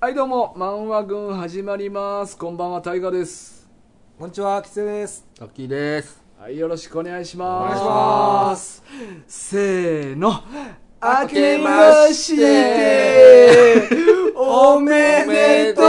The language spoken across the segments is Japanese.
はいどうも漫画軍始まりますこんばんはタイガですこんにちは、きつねです。ラッキーです。はいよろしくお願いしますお願いしますせーの明けけままししてておめでと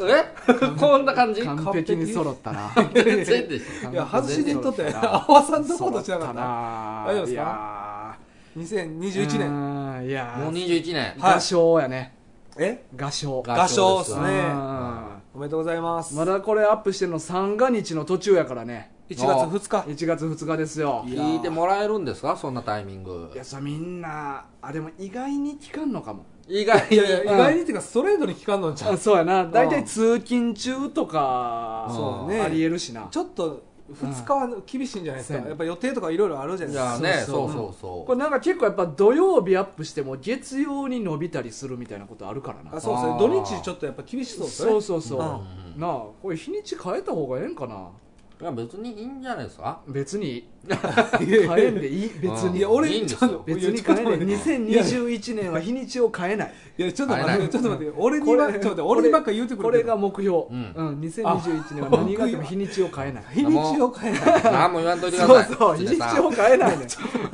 うえ こんな感じ 完璧に揃った な全然でしょ。いや、外しにとって、ああわさんとことしなかったな。な大丈夫ですか2021年。年いやもうー21年。はい画商やねえ画商が合唱っすうねね。んおめでとうございます。まだこれアップしてるの三が日の途中やからね1月2日。 1月2日ですよいや聞いてもらえるんですかそんなタイミングい。やそれみんなあでも意外に聞かんのかも意外いに。やいや、意外にっていうか、ストレートに聞かんのんちゃあうそうやな大う体ん通勤中とかそうねありえるしなちょっと、2日は厳しいんじゃないですうんか。やっぱ予定とかいろいろあるじゃないいですかや。ね、そそううそうそうこそれう。なんか結構やっぱ土曜日アップしても月曜に伸びたりするみたいなことあるからあなそうですねあ。ー土日ちょっとやっぱ厳しそうですそねう。そうそううんなあこれ日にち変えた方がええんかないや、別にいいんじゃないで すか別に変えんでいい別ういんにや、俺、いいんでちすょよっと、別いにやちょっと変え待んでって2021年は日にちを変えないいや、ちょっと待っ変えなて、いちょっと待って、俺にこれば、ちょっと待って、俺にばっか言うてくこれれてるが目標、ううんん2021年は何があっても日にちを変えない日にちを変えない。何も言わんといてくだそさうい。そう日に口 でちさを変えないね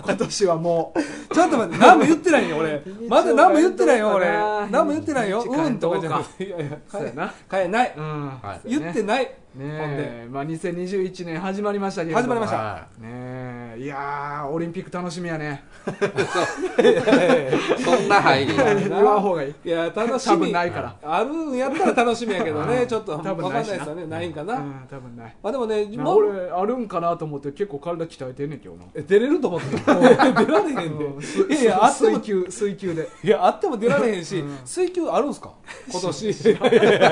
今年はもうちょっと待って、何も言ってないよ、俺。まだ何も言ってないよ、俺。何も言ってないよ、日にち変えうんとかじゃなくて。いやいや、そうやな変えない。うん、はい言ってない。ねほんえ、まあ、2021年始まりましたけれども始まりました。はねえいやーオリンピック楽しみやねいそんな入り。や 言わん方がいいいや、楽し多分み。ないからあるんやったら楽しみやけどうね、んちょっと、わか多ん分なないいしですなよね。ないんかうな。ん多分ないまあでもね、なもう、俺あるんかなと思って結構体鍛えてんねんけどなえ出れると思っ てた。出られへんうんすで。いやいや、あって水も、球水球でいや、あっても出られへんしうん、水球あるんすか 今年。いやいや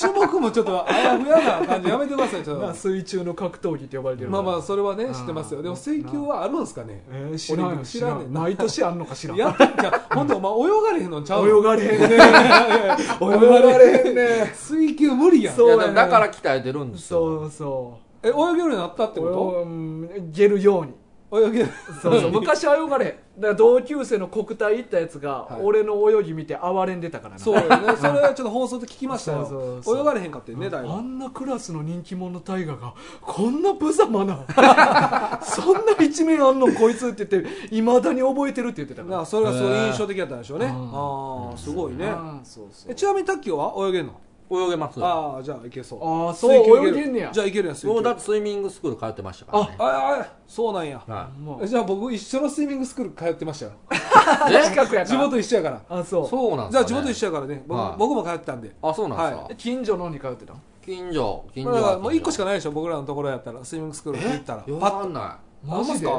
種目もちょっとあやふやな感じやめてください、ちょっとな。水中の格闘技って呼ばれてるまあまああそれはねうん知ってますよでも水球はあるんですかねえー、知らん俺よ知知ららんんねねんな毎年あんのか知らんやってんちゃうほんでお前泳がれへんのちゃうの 泳がれへんね泳がれへんね水球無理やんそういやや、ねでもだから鍛えてるんですよ。そうそえ泳げるようになったっうてこうんいけるようにと泳げるそうそう昔は泳がれへんだから同級生の国体行ったやつが、はい俺の泳ぎ見て哀れんでたからなそうよねそれはちょっと放送で聞きましたそうよそうそう泳がれへんかってねだいぶあんなクラスの人気者の大我がこんな無様なそんな 一面あんのこいつって言っていまだに覚えてるって言ってたからなそれがすごい印象的だったんでしょうねへーああすごいねあーそうそうえちなみに卓球は泳げんの泳げます。ああじゃあいけそうああ水球そうい泳るげんねやじゃあいけるやん水もうだっ球てスイミングスクール通ってましたからね。ああそうなんやはもえじゃあ僕一緒のスイミングスクール通ってましたよい。え近くやか地ら元一緒やからあそうそうなんじゃですあかね地元一緒やからね僕,、はい僕も通ってたんであ、そうなんですはかえ。近所のに通ってたの近所、近ま所あだからは近所。もう一個しかないでしょ僕らのところやったらスイミングスクールに行ったらわパかッんない。マジであマジで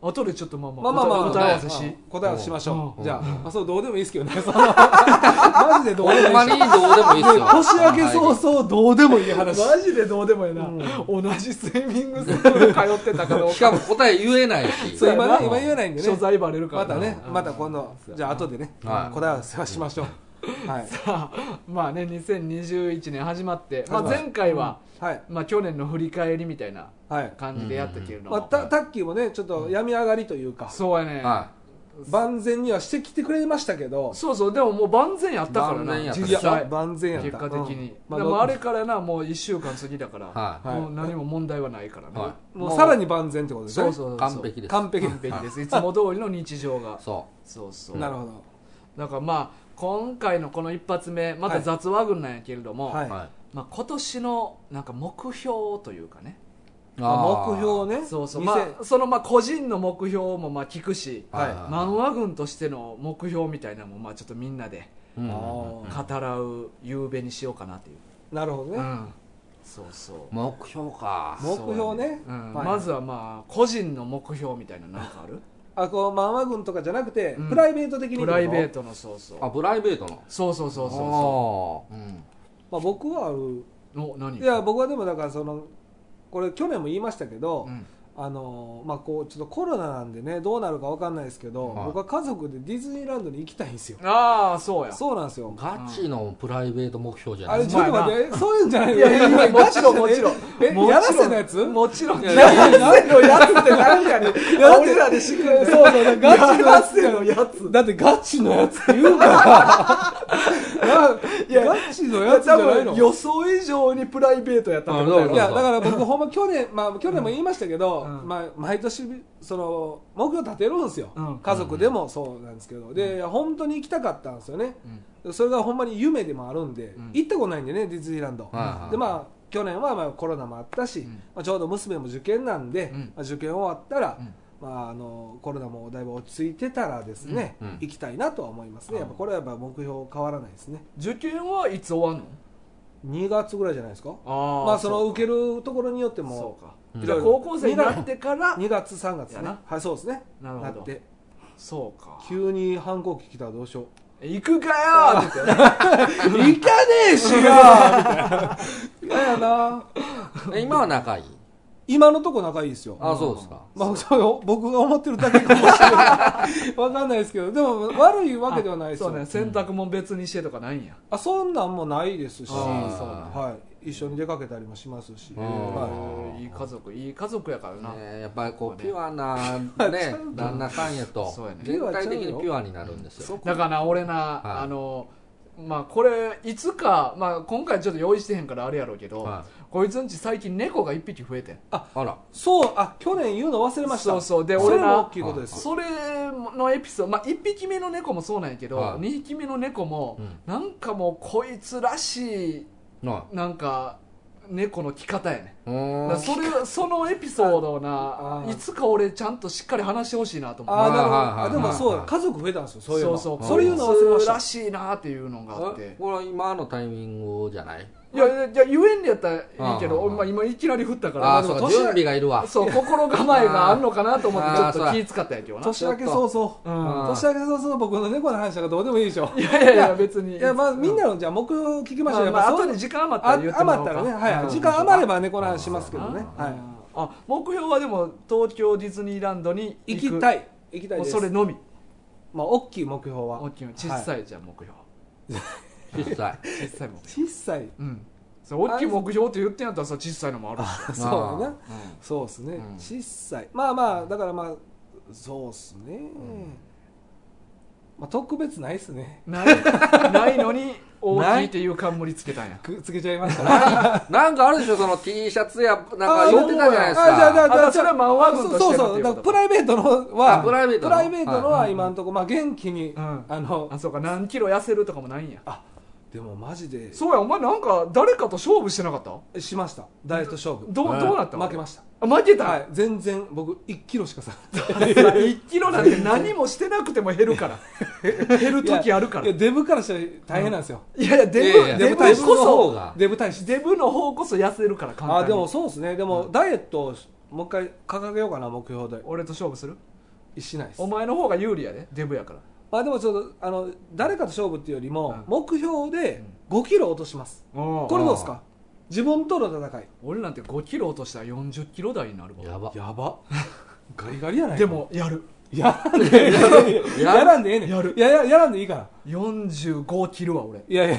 後でちょっとまあまあまあまあまあ答え合わせし、はい答え合わせしましょう、うんじゃあ,、まあそうどうでもいいですけどね そのマジでどうでほんもまいいにどうでもいいっすよ。年明け早々どうでもいい話マジでどうでもいいな、同じスイミングスクール通ってたかどうしかかも答え言えないし。そう今そうやねな今言えないんで所ね在バレるかまらたねうんまた今度じゃあ後でね、はい答え合わせはしましょ うはい、さあまあね2021年始まって、まあ、はい前回は、はいまあ、去年の振り返りみたいなはい感じでやったけれども、まあ、た卓球もねちょっと病み上がりというか、そうやね、は万全にはしてきてくれましたけどそうそうでももう万全やったからな万全やった実いや際万全やった結果的に、うんまあでもあれからなもう1週間過ぎだから、はいはいもう何も問題はないからね、はもうさらに万全ってことですそねうそうそうい。完璧です。完璧完璧ですいつも通りの日常がそそうそうなるほどだからまあ今回のこの一発目また雑話群なんやけれども、はう。いはい。まあ、今年のなんか目標というかねあー目標をねそうそう、 2000まあ、そのまあ個人の目標もまあ聞くしはい漫画軍としての目標みたいなのもまあちょっとみんなでうんあ語らう夕べにしようかなっていう、なるほどうねんそうそう目標か目標ねうんはいまずはまあ個人の目標みたいななんかあるあこう漫画軍とかじゃなくてうんプライベート的にプライベートトのそうそうあプライベートのそうそうそうそうそそううんまあ僕はあるお何いや僕はでもだからそのこれ去年も言いましたけどうんあのまあこうちょっとコロナなんでねどうなるかわかんないですけど、はい僕は家族でディズニーランドに行きたいんですよああそうやそうなんですよガチのプライベート目標じゃあないれでちすょかっと待ってえそういうんじゃないいやいやもちろんもちろんえもちろんやらせのやつもちろんいややいらせのやつって何 やねんや俺らでしっかそうそうりやガチのやらつせのやつだってガチのやつって言うからいやガチのやつじゃ多ない分の予想以上にプライベートやったってことやあろいやだから僕ほんま去年まあ去年も言いましたけど、うんまあ、毎年その目標立てるんですよ、うん家族でもそうなんですけど、で本当に行きたかったんですよね、それがほんまに夢でもあるんで、うん行ったことないんでねディズニーランド、はいはいでまあ去年はまあコロナもあったし、んまあ、ちょうど娘も受験なんで、うんまあ、受験終わったら、うんまあ、あのコロナもだいぶ落ち着いてたらですね、うんうん行きたいなとは思いますね、やっぱこれはやっぱ目標変わらないですね受験はいつ終わんの2月ぐらいじゃないですかあまあその受けるところによってもそうかうんじゃあ高校生になってから2月3月やねなはいそうですねなるほどってそうか急に反抗期来たらどうしよう行くかよーって言って行かねえしよ嫌やなえ今は仲いい 今のとこ仲いいですよあそうですかまあ、そう僕が思ってるだけかもしれない わかんないですけどでも悪いわけではないですそようね洗濯も別にしてとかないんやあそんなんもないですし、あーそうなんはい、一緒に出かけたりもしますし、うんはいいい家族いい家族やからなねやっぱりこうピュアなね旦那さんやとそうやね全体的にピュアになるんですよだからな俺な、いあのまあこれいつか、まあ、今回ちょっと用意してへんからあれやろうけど、はこいつんち最近猫が1匹増えてんあらそうあ去年言うの忘れましたそうそうでそれ俺も大なきいことですそれのエピソード、まあ、1匹目の猫もそうなんやけど、はい2匹目の猫も、うんなんかもうこいつらしいななんか猫の着方やねうだーんからそれそのエピソードをなあーいつか俺ちゃんとしっかり話してほしいなと思うああなるほど、はいはいはいあでもそう、はい家族増えたんですよそういえそばうそうあこそれ言うの忘れまいつしたらしいなっていうのがあってえこれは今のタイミングじゃないいやいやいや言えんのやったらいいけどああ俺まあ今いきなり振ったかあらあそうか年準備がいるわそう心構えがあんのかなと思ってちょあっあそうとや気使ったんやけどな年明け早々、うんん年明け早々僕の猫の話なんかどうでもいいでしょいやいやいや別にいやまあみんなのじゃあ目標聞きましょう、まあまやっあぱそ後うで時間余ったあら言ってもらお余うかったらね、はういん時間余れば猫の話しますけどね、あはあ目標はでも東京ディズニーランドにい、行く行きたい行きたいもうですそれのみまあ、大きい目標は大きいの小さいじゃん目標実際小さい目標小さいうんそう大きい目標って言ってんやったらさ小さいのもあるし そうねそうですね、うん小さいまあまあだからまあそうですね、まあ、特別ないですねないないのに大きいっていう冠つけたんやくっつけちゃい ましたねなんかあるでしょその T シャツやなんか言ってたじゃないですあじゃあじゃかあそれはマンワグンとしてそうるそってういうこだからとプライベートのはあプライベートののは今のところ、まあ、元気に、うんあのあそうか何キロ痩せるとかもないんやでもマジでそうやお前なんか誰かと勝負してなかったしましたダイエット勝負どうええどうなった負けましたあ負けた、はい全然僕1キロしかさ1キロなんて何もしてなくても減るから減る 時あるからいやいデブからしたら大変なんですよ、やいやデいやいブやデブデブこの方そがデブ大使デブの方こそ痩せるから簡単あにでもそうですねでも、ダイエットをもう一回掲げようかな目標で俺と勝負するしないですお前の方が有利やでデブやからまあでもちょっとあの誰かと勝負っていうよりも、うん目標で5キロ落とします、ここれどうですか自分との戦い俺なんて5キロ落としたら40キロ台になるわやばやばガリガリやないかでもやるやらんでええねんややらんでええねんやるいやややらんでいいから45キロは俺いやいや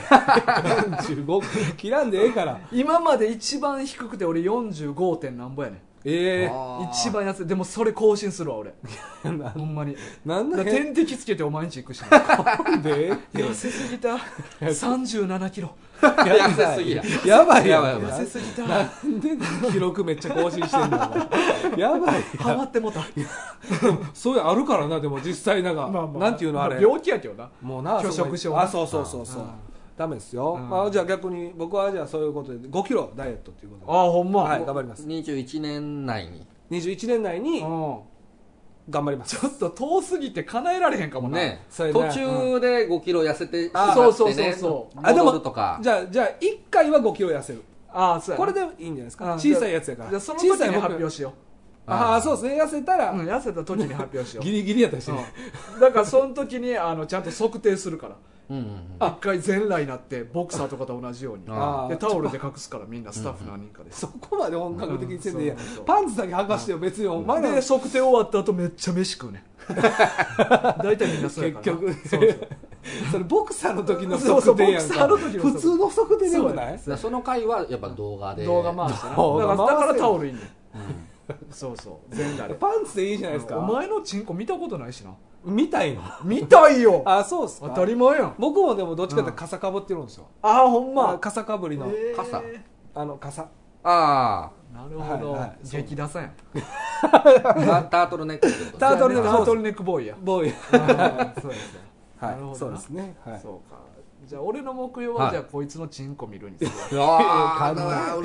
45切らんでええから今まで一番低くて俺 45. 点なんぼやねんえあー一番痩せでもそれ更新するわ俺えなほんまになんだだから変点滴つけてお前んち行くしなでえ痩せすぎ た37キロ痩せすぎやえやばいやばいやばい痩せすぎたなんで記録めっちゃ更新して んのやばいハマってもうたそういうあるからなでも実際なんか、なんていうのあれ、ま病気やけどなもうな拒食症そうあそうそうそうそううんダメですよ、うんまあ、じゃあ逆に僕はじゃあそういうことで5キロダイエットっていうことであほんまはいうん頑張ります21年内に21年内に頑張りますちょっと遠すぎて叶えられへんかもなねそれ途ね中で5キロ痩せてしあまそうっそうてそうねそうあでも戻るとかじゃあじゃあ1回は5キロ痩せるああそうやこれででいいんじゃないですかうん小さいやつやからじゃあその時小さいに目発標表しよああそうですね痩せたうら、うん痩せた時に発表しようギリギリやったりしてね、うんだからその時にあのちゃんと測定するからうんうん一回全裸になってボクサーとかと同じようにあーでタオルで隠すからみんなスタッフ何人かでそこまで本格的にせんでいいやうんそうそうそうパンツだけ剥がしてよ別にお前らで測定終わった後めっちゃ飯食うね 大体みんなそうやか結らな局そうそうそれボクサーの時のそうそう測定やんかボクサーの時の測定普通の測定でもないうん、その回はやっぱ動画で動画回してなだ動か画ら回せだからタオルいんねんそうそう全裸でパンツでいいじゃないですおか前のチンコ見たことないしな見たいの見たいよあそうっす当かたり前やん僕もでもどっちかって傘かぶってるんですよああほんまあま傘かぶりのえー傘あの傘あなるほどはいはい激ダサやんあタタートルネックってことタートルネックじゃあねタートルネックボーイやボーイあーそうですねなるほどはないそうですねはいそうかじゃあ俺の目標ははいじゃあこいつのチンコ見るにするわうわえー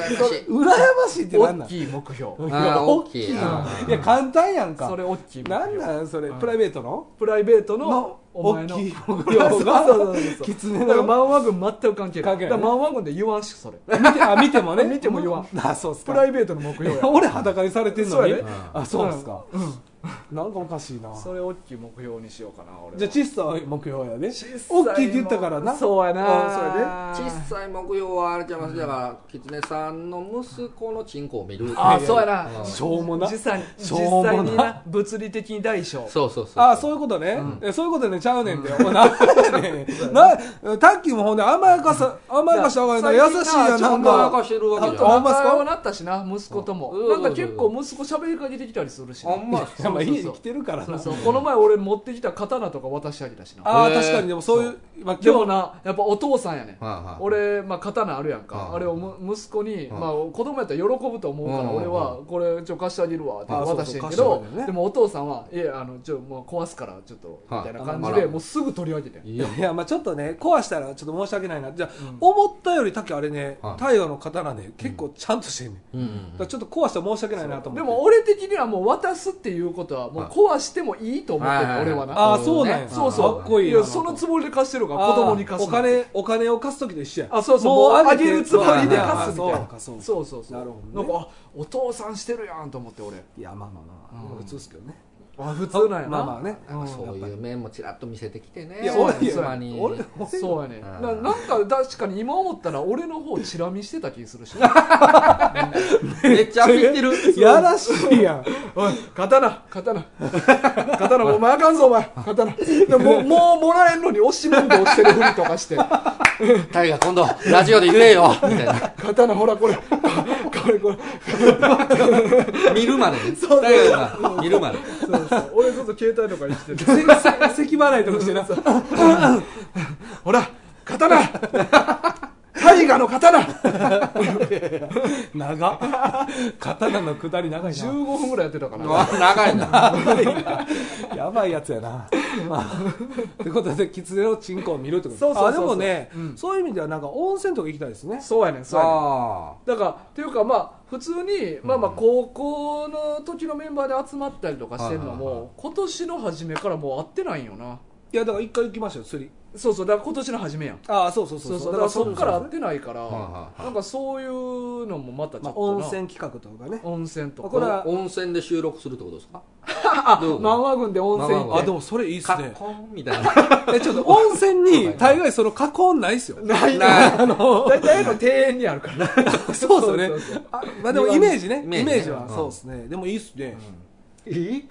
ーうらやまし羨ましいいってな大んなんいきい目標あいやー大きいなや簡単やんかそれ大きい目標なんなんそれうんプライベートのプライベートののお大前の きい目いやそうそ標うがそう そうキツだネからの漫画軍全く関係ない関係なだいから漫画軍で言わんしそれ見てあ 見てもね見ても言わんあそうっすプかライベートの目標や俺裸にされてんのにそうやねあそうですかうんなんかおかしいなそれ大きい目標にしようかな俺はじゃあチッサは目標やね小さい大きいって言ったからなそうやなあ小さい目標はあれちゃいますだから狐さんの息子のチンコを見るあそうやなうんしょうもな実際しょ実うもな際にな物理的に大小そうそうそうあそういうことね、えそういうことねちゃうねんって、お前なんやねんなタッキーもほんで甘やかさ甘やかした方がいいな優しいやんちなょっんと甘やかかしてるわあけじとゃあほんんまっす仲か良くなったしな息子ともうんなんか結構息子喋りかけてきたりするしなあんまいやまあそうそうそう家に来てるからそうなそうこの前俺持ってきた刀とか渡してあげたしなああへー確かにでもそういうまあ、でも今日なやっぱお父さんやねんはいはい俺、まあ、刀あるやんかうんあれをむ息子に、うんまあ、子供やったら喜ぶと思うからうん俺はこれちょ貸してあげるわってあそうそう渡してんけ貸してどあげるねでもお父さんはいやあのちょもう壊すからちょっとみはいたいな感じあらでもうすぐ取り上げてんいやいやまあちょっとね壊したらちょっと申し訳ないなじゃあ、うん思ったよりタッキーあれねはい太陽の刀で結構ちゃんとしてんねん、だうんうんからちょっと壊したら申し訳ないなと思ってでも俺的にはもう渡すっていうことはもう壊してもいいと思ってるはい俺はなああそうなんやそうそうかっこいいいなやそのつもりで貸してるからあー子供に貸すおの金お金を貸す時と一緒やあそうそうもうあげるつもりで貸すみたいそうなかそうかそうそうそうなるほどねなんかあお父さんしてるやんと思って俺いやまあまあまあ、うん普通ですけどねあ普通なんやなまあまあねうんそういう面もちらっと見せ てきてねいや俺い妻に俺そうやねうんななんか確かに今思ったら俺の方チラ見してた気す るしめっちゃ見て るやらしいやんおい刀刀刀お前あかんぞお前刀でももうもらえんのに押し問答してるふりとかしてタイガ今度ラジオで言えよみたいな刀ほらこれこれこれ見るまでねそうタイガが見るまでそうそう俺ずっと携帯とかにしてるせせ咳払いとかしてなほら刀大河の刀長っ刀の下り長い15分ぐらいやってたかうなわ長 いななやばいやつやなまあってことでキツネのチンコを見るってことそうそうそうそうあでもね、うんそういう意味ではなんか温泉とか行きたいですねそうやねんそうやねんあだからっていうかまあ普通に、まあ、まあ高校の時のメンバーで集まったりとかしてるのはいはいはも今年の初めからもう会ってないんよないやだから一回行きましたよ釣りそうそうだから今年の初めやんああそうそうそうそうだからそっから会ってないからいはいなんかそういうのもまたちょっとまあな、温泉企画とかね温泉とこれかはお温泉で収録するってことですかあどう漫画軍で温泉行漫っあ画でもそれいいっすカねッコンみたいな えちょっと温泉に大概その囲んないっすよてない ななあの大体の庭園にあるからそうそうねそうそうそうあまあでもイメージねイイメメーージジねはうんそうですねでもいいっすね、え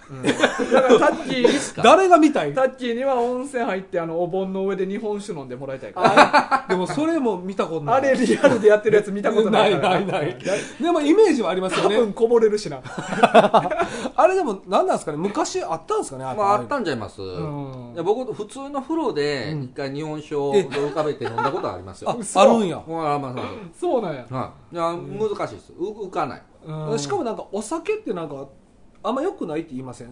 だからタッキー誰が見たいタッキーには温泉入ってあのお盆の上で日本酒飲んでもらいたいからあでもそれも見たことないあれリアルでやってるやつ見たことないからないないないでもイメージはありますよ多ね分こぼれるしなあれでも何なんですかね昔あったんですかねまあああったんちゃいますんいや僕普通の風呂で一回日本酒を浮かべて飲んだことありますよあ嘘あるんやまあまあまあそうなんやはい、いや難しいですう浮かないうんしかもなんかお酒ってなんかあんま良くないって言いません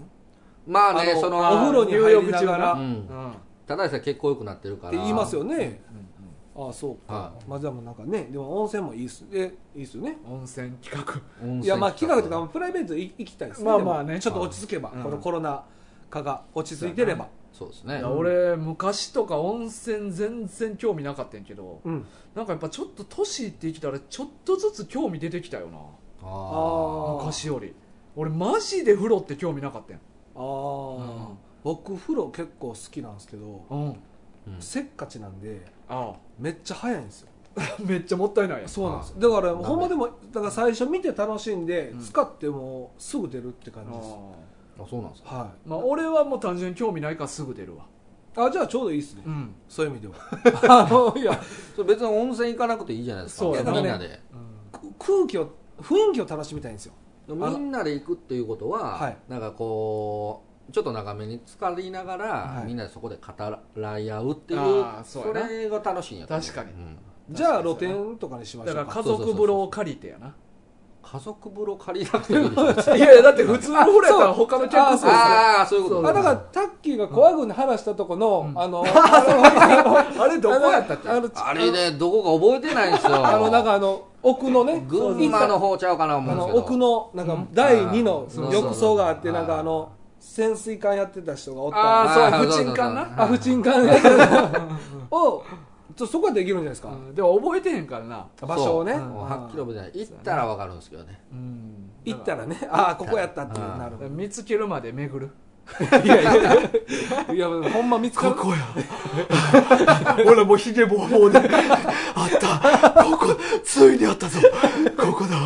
まあねあのそおの風呂に入りな入がら浴中はっなうんうんただでさえ結構良くなってるからて言いますよねああそうかはまあでもなんかねでも温泉もいいっすでいいっすよね温泉企画温泉いやまあ企画とかプライベートで行きたいですねまあまあねでもちょっと落ち着けばうんこのコロナ禍が落ち着いてればそうですねいや俺昔とか温泉全然興味なかったんやけどうんなんかやっぱちょっと年いってきたらちょっとずつ興味出てきたよなああ昔より俺マジで風呂って興味なかったんやああ僕風呂結構好きなんですけどうんうんせっかちなんであめっちゃ早いんですよあ めっちゃもったいないやんそうなんですだからほんまでもだから最初見て楽しんで使ってもうすぐ出るって感あじです、ーあそうなんですかはまあ俺はもう単純に興味ないからすぐ出るわいあじゃあちょうどいいですねうんそういう意味で はあのいやそれ別に温泉行かなくていいじゃないですかそうみんだねなでく空気を雰囲気を楽しみたいんですよみんなで行くっていうことは、はいなんかこうちょっと長めに浸かりながら、はいみんなでそこで語らい合うっていうあーそそうやなれが楽しいんやと思う確かにうんじゃあ露天とかにしましょだうからか家族風呂を借りてやな家族風呂借りなくてもいいでしょ別にいやいやだって普通の風呂やったら他の客あ数ですそうよあ ああそういうことあだからタッキーがコア軍で話したとこの、あ のれどこやったっけあのあれねどこか覚えてないんですよあのなんかあの奥のね群馬の方ちゃうかな思あうんでのすけど奥のなんか第2のうん浴槽があってそうそうそうなんかあの潜水艦やってた人がおったんでああーーそう不沈感なあ不沈艦やって たのをちょそこはできるんじゃないですかうんでも覚えてへんからな場所をねそううんはっきり覚えてない行ったらわかるんですけどねうん行ったらねああここやったってなる見つけるまで巡 るいやいやいやほんま見つかるこやほらもうひげぼうぼうであったここついにあったぞここだ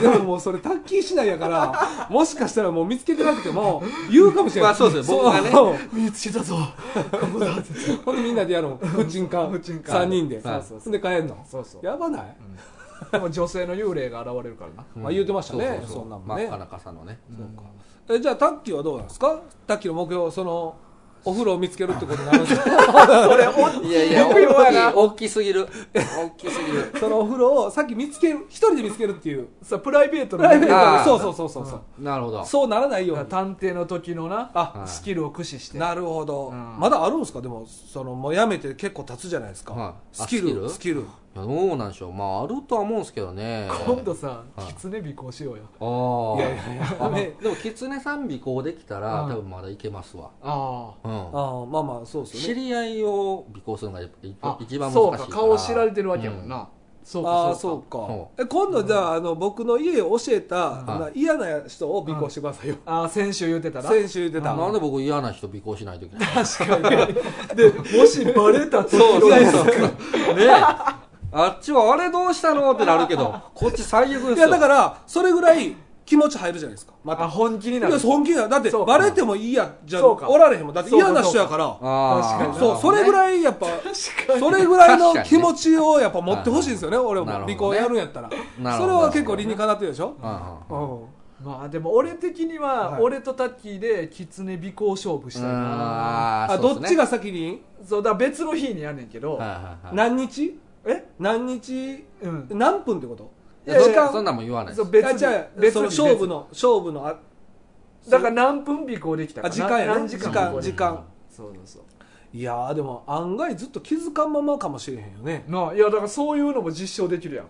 いやでももうそれタッキー次第やからもしかしたらもう見つけてなくても言うかもしれないまあそうですよ僕がねそう見つけたぞここだってほんでみんなでやろう不沈艦不沈艦3人でそうそうそで帰るのそうそうやばないでも女性の幽霊が現れるからなうんまあ言うてましたねそうそうそそんんななんも真ねっ赤な傘のねえじゃあタッキーはどうなんですかタッキーの目標そのお風呂を見つけるってことになるんですかいやい や僕弱いな大きい大きすぎる大きすぎるそのお風呂をさっき見つける一人で見つけるって いうさあプライベートプのライベーねトあでーそうそうそうそうそうなるほどそうならないように探偵の時のなあスキルを駆使してなるほど、うんまだあるんですかでもそのもうやめて結構経つじゃないですか、はいあスキスキルルスキルいやどうなんでしょうまああるとは思うんですけどね今度さはい狐尾行しようよいああやいやいやあねでも狐さん尾行できたらうん多分まだいけますわあう んああまあまあそうです知よねり合いを尾行するのがやっぱ一あ一番難しいそうらか顔知られてるわけやもんうなそうあかあそそうかうかそえ今度じゃああの僕の家を教えた、んな嫌な人を尾行してくださいよ、ああ先週言ってたな先週言ってた、なんで僕嫌な人尾行しないといけない確かにでもしバレた時そうそうはそう ねあっちはあれどうしたのってなるけどこっち最悪ですよいやだからそれぐらい気持ち入るじゃないですかまたあ本気にないるや本気だよだってそうかバレてもいいやじゃそうかおられへんもんだって嫌な人やからあ確かーにそうそれぐらい やっぱ確かにそれぐらいの確かにね気持ちをやっぱ持ってほしいんですよね俺もなるほ離どね婚やるんやったらそれなるほどは結構理にかなってるでしょうんうんうんまあでも俺的には、はい俺とタッキーで狐尾行勝負したいなあーあどそうっでちすねが先にそうだから別の日にやんねんけど、はいはいはい何日え何日うん何分ってこといいややそ時間そんなんも言わないでそすう別あにじゃあ別そのに勝負の勝負のあ別にだから何分尾行できたかあ時間やねな何時時間間尾行でき時た間そうそうそいやーでも案外ずっと気づかんままかもしれへんよねうなあいやだからそういうのも実証できるやん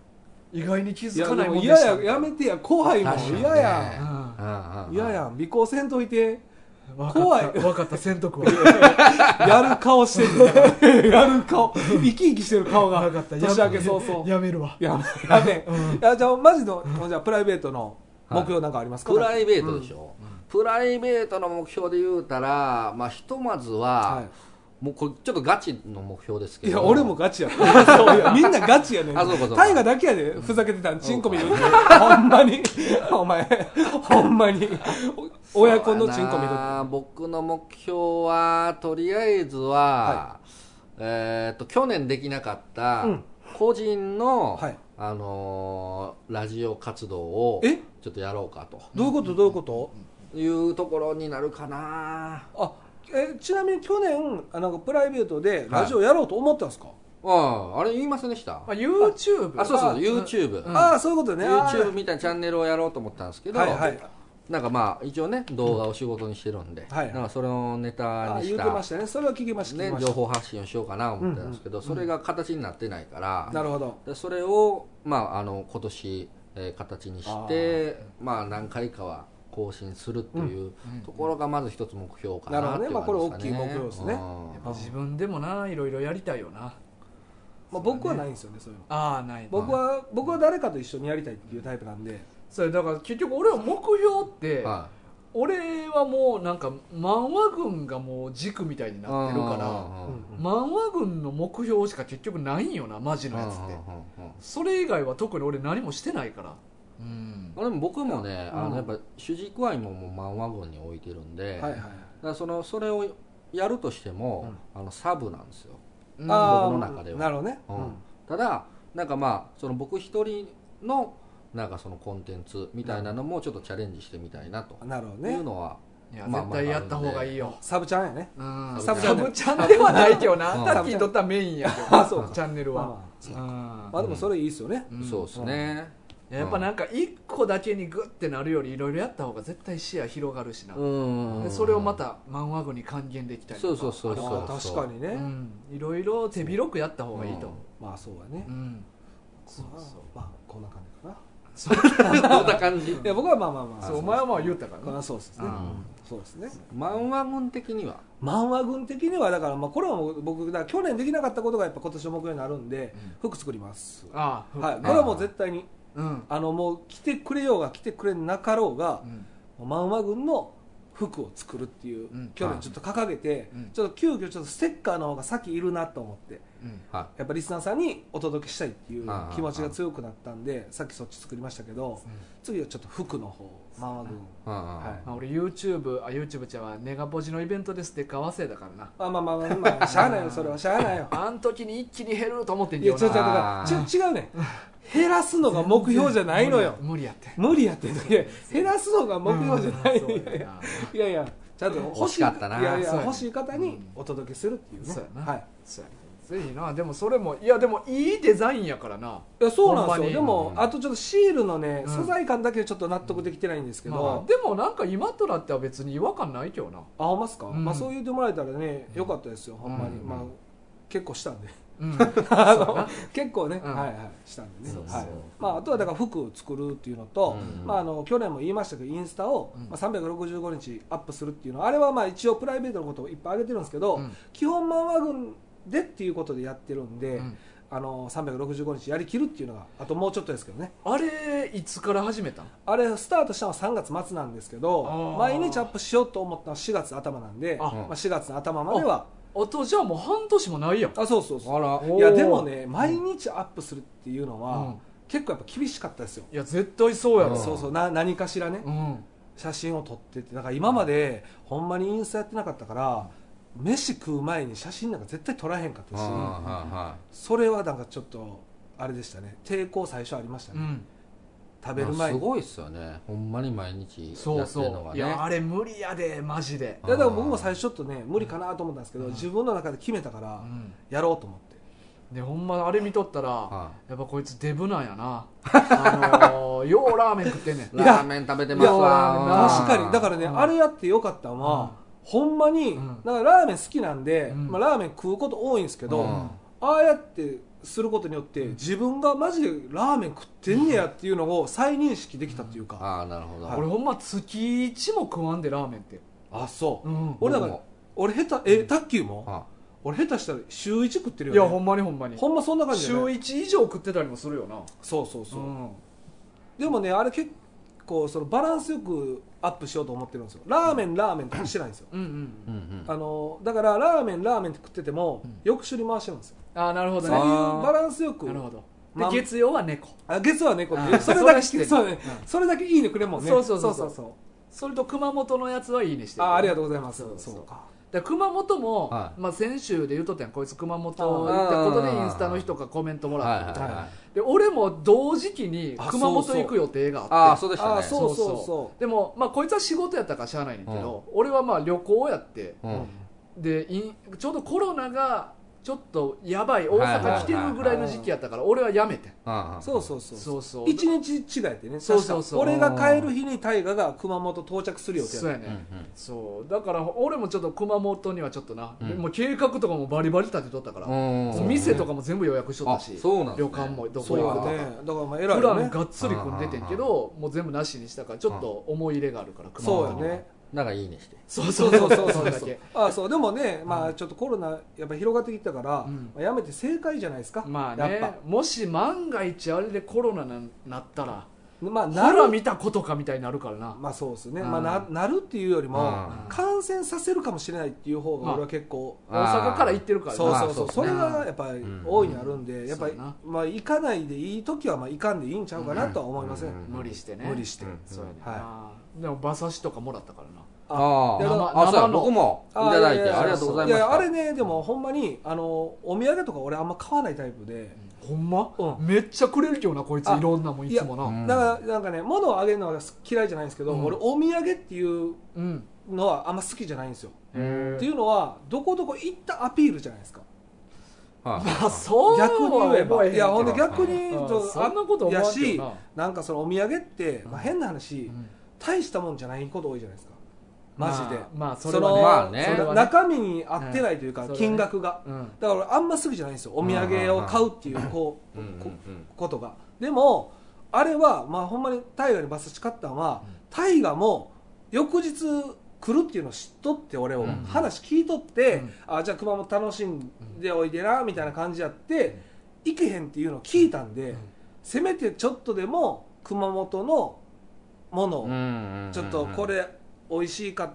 意外に気いづやかでないももんで嫌したややめてや怖いも確かにんね嫌やうんうんうんうん嫌やん尾行せんといてわか怖いったわかったせんとくわやる顔してる やる顔生き生きしてる顔がわかったやめ年明け早々やめるわやべやべ、いやじゃあマジのじゃあプライベートの目標なんかありますか、プライベートでしょ、プライベートの目標で言うたら、まあ、ひとまずは、はいもうこれちょっとガチの目標ですけいどや俺もガチやそういやみんなガチやねんあそうかそうか大河だけやでふざけてたんチンコ見るってほんまにお前ほんまにお親子のチンコ見るそうやな僕の目標はとりあえずは、えーっと去年できなかったうん個人の、はいあのーラジオ活動をえちょっとやろうかとどういうことどういうこというところになるかなあえちなみに去年あなんかプライベートでラジオやろうと思ったんですか、うんあれ言いませんでしたまあ YouTube あそうそうあ YouTube、うんああそういうことねあー YouTube みたいなチャンネルをやろうと思ったんですけど、はいはいなんかまあ一応ね動画を仕事にしてるんで、はいなんかそれをネタあに言しってたましたねそれは聞きました聞ねきま、情し報発信をしようかな思ってたんですけど、それが形になってないからた、なるほどでそれを、まあ、あの今年、えー形にしてまあ、何回かは更新するっていうところがまず一つ目標かななるほどねっていまあこれう感じ大きい目標ですねうん自分でもないろいろやりたいよなまあ、僕はないんですよねそういうのああない僕は僕は誰かと一緒にやりたいっていうタイプなんでそれだから結局俺は目標っては俺はもうなんか漫画軍がもう軸みたいになってるから漫画軍の目標しか結局ないんよなマジのやつってそれ以外は特に俺何もしてないからうんでも僕もね、あうんのやっぱ主軸は今もう漫画軍に置いてるんで、はいだはかいらそのそれをやるとしても、あのサブなんですよ、うんあー僕の中ではなるほどね、うんうんただなんかまあその僕一人のなんかそのコンテンツみたいなのもちょっとチャレンジしてみたいなとなるほどいねうのは、いやまあ絶対やった方がいいよサブちゃんやねうんササブブチチャャンンネネルルではないけどなうんタッキーにとったらメインやけどあそうかチャンネルはまあうんまあでもそれいいっすよね、うんそうですね、いややっぱなんか一個だけにグッてなるよりいろいろやった方が絶対視野広がるしなうんでそれを また漫画軍に還元できたりとそうかそうそうそうあー確かにね、うんいろいろ手広くやった方がいいと思まあそうやね、ううんそうまあそうまあこんな感じかなどんな感じいや僕はまあまあまあそうお前はまあ言うたからこれなはそうですね、うんそうですね漫画軍的には漫画軍的にはだからまあこれはもう僕だから去年できなかったことがやっぱ今年の目標になるんで、服作りますああはい、うんこれはもう絶対にうんあのもう来てくれようが来てくれなかろうが、漫画軍の服を作るっていう、うん去年ちょっと掲げて、うんちょっと急遽ちょっとステッカーの方が先いるなと思ってうんはやっぱリスナーさんにお届けしたいっていうああ気持ちが強くなったんでさっきそっち作りましたけど、次はちょっと服の方漫画軍、い、うんうんうんはいまあ俺 YouTube あ YouTube ちゃうわネガポジのイベントですってかわせだからなあまあまあまあ、まあ、しゃあないよそれはしゃあないよあん時に一気に減ると思ってんいけやどちょちょだなかあらーちょ違うね減らすのが目標じゃないのよ無理やって無理やってんのいや減らすのが目標じゃない、うんいやいやいやいやちゃんと欲し惜しいかったないやいやそうやね欲しい方にお届けするっていうねそうやなはいそうやねぜひなでもそれもいやでもいいデザインやからないやそうなんほんでますよにでも、うんあとちょっとシールのね、うん素材感だけちょっと納得できてないんですけど、まあでもなんか今となっては別に違和感ないけどなあほんまっすか、うんまあそう言ってもらえたらね良かったですよ、ほんまに、うんまあ結構したんで うんあの 結構ね、うんはいはいしたんでねそうそうはいまあ、あとはだから服を作るっていうのと、うんまあ、あの去年も言いましたけどインスタを、うんまあ、365日アップするっていうのはあれはまあ一応プライベートのことをいっぱい上げてるんですけど、うん基本漫画軍でっていうことでやってるんで、うんあの365日やりきるっていうのがあともうちょっとですけどねあれいつから始めたんあれスタートしたのは3月末なんですけどあー毎日アップしようと思ったのは4月頭なんであまあ、4月の頭まではあとじゃあもう半年もないやんあそうそうそあらういやでもね毎日アップするっていうのは、うん結構やっぱ厳しかったですよ、いや絶対そうやんろそうそうな何かしらね、うん写真を撮ってってなんか今までほんまにインスタやってなかったから飯食う前に写真なんか絶対撮らへんかったしはそれはなんかちょっとあれでしたね抵抗最初ありましたうね、ん食いべるはい、前すにごいっすよねほんまに毎日そやうってるのそがういねやあれ無理やでマジでいやだから僕も最初ちょっとね無理かなと思ったんですけど、うん自分の中で決めたからうんやろうと思って、でほんまあれ見とったらはやっぱこいつデブなんやなあのーようラーメン食ってんねんいラーメン食べてますわ確かにだからね、うんあれやってよかったのは、うんほんまに、うんなんかラーメン好きなんで、うんまあ、ラーメン食うこと多いんですけど、うんああやってすることによって自分がマジでラーメン食ってんねやっていうのを再認識できたっていうか、ああなるほど、俺ほんま月一も食わんでラーメンってあそう、うん俺だか僕らも俺下手えタッキーも、は俺下手したら週1食ってるいやよねほんまにほんまにほんまそんな感じだよ週ね一以上食ってたりもするよなそうそうそう、うんでもねあれ結構そのバランスよくアップしようと思ってるんですよラーメン、ラーメンとかしてないんですよ、うんううんんうんあのだからラーメンラーメンって食ってても、翌週に回してるんですよああなるほそどういうねバランスよくなるほどまあで月曜は猫あ月は猫あねーそれそだけれは知ってるそうねそれだけいいねくれんもんねそうそうそうそそううそうそれと熊本のやつはいいねしてるあーありがとうございますそうそうそうだかから熊本も、はいまあ、先週で言うとったやんこいつ熊本行ったことであーインスタの人がコメントもはいらっはいて、はい、はで俺も同時期にあ熊本そうそう行く予定があってああそうでしたねあーそうでも、まあ、こいつは仕事やったからしゃあないねんけど、俺はまあ旅行やってうんうんでインちょうどコロナがちょっとやばいは大いはいはい阪来てるぐらいの時期やったから俺はやめてんうんうんそうそうそうそうそう一日違えてねそうそうそう確か俺が帰る日に大河が熊本到着する予定そうだやっね、うんうんそうだから俺もちょっと熊本にはちょっとな、うんもう計画とかもバリバリ立てとったから、うんそう店とかも全部予約しとったし、あそうなんですね旅館もどたそこう行くやとか、ねだからまあ偉プいラよンねがっつり組んでてんけどもう全部なしにしたからちょっと思い入れがあるから熊そう本やにねなんかいいねしてそうそそううそそううそそううそそうれだけあそうでもね、まあ、ちょっとコロナやっぱ広がってきたから、うんまあやめて正解じゃないですかまあやっねぱもし万が一あれでコロナななったらまあなならる見たことかみたいになるからなまあそうですね、うんまあ、ななるっていうよりも、うん感染させるかもしれないっていう方が俺は結構、大阪から行ってるからそうそうそう、まあそそうれですねがやっぱり大いにあるんで、やっぱりそうやなまあ行かないでいい時はまあ行かんでいいんちゃうかなとは思いません、うんうん無理してね無理して、うんそうやねんな、はでも馬刺しとかもらったからなあいやあ生あそうや生の僕もいただいてややありがとうございまやしやたあれねでもほんまにあのお土産とか俺あんま買わないタイプで、ほんま、うめっちゃくれるけどなこいつあいろんなもんいつもなうんだからなんかね物をあげるのは嫌いじゃないんですけど、うん俺お土産っていううんのはあんま好きじゃないんですよ、うんっていうのはどこどこ行ったアピールじゃないですかはいまあそう逆に言えはばへんいけどやほんで逆にうんそうそんなこと思わんやけしどななんかそのお土産って、まあ、変な話、うん大したもんじゃないこと多いじゃないですかマジで、まあ、まあそれはそねのまあねそれは中身に合ってないというか、うん金額が、うんだから俺あんま好きじゃないんですよお土産を買うっていうこう、うんうんこうんことがでもあれは、まあ、ほんまに大河にバスチ買ったのは大河、も翌日来るっていうのを知っとって俺を、うん話聞いとって、うんあじゃあ熊本楽しんでおいでなみたいな感じやって、行けへんっていうのを聞いたんで、んせめてちょっとでも熊本のものを、うんちょっとこれ美味しいか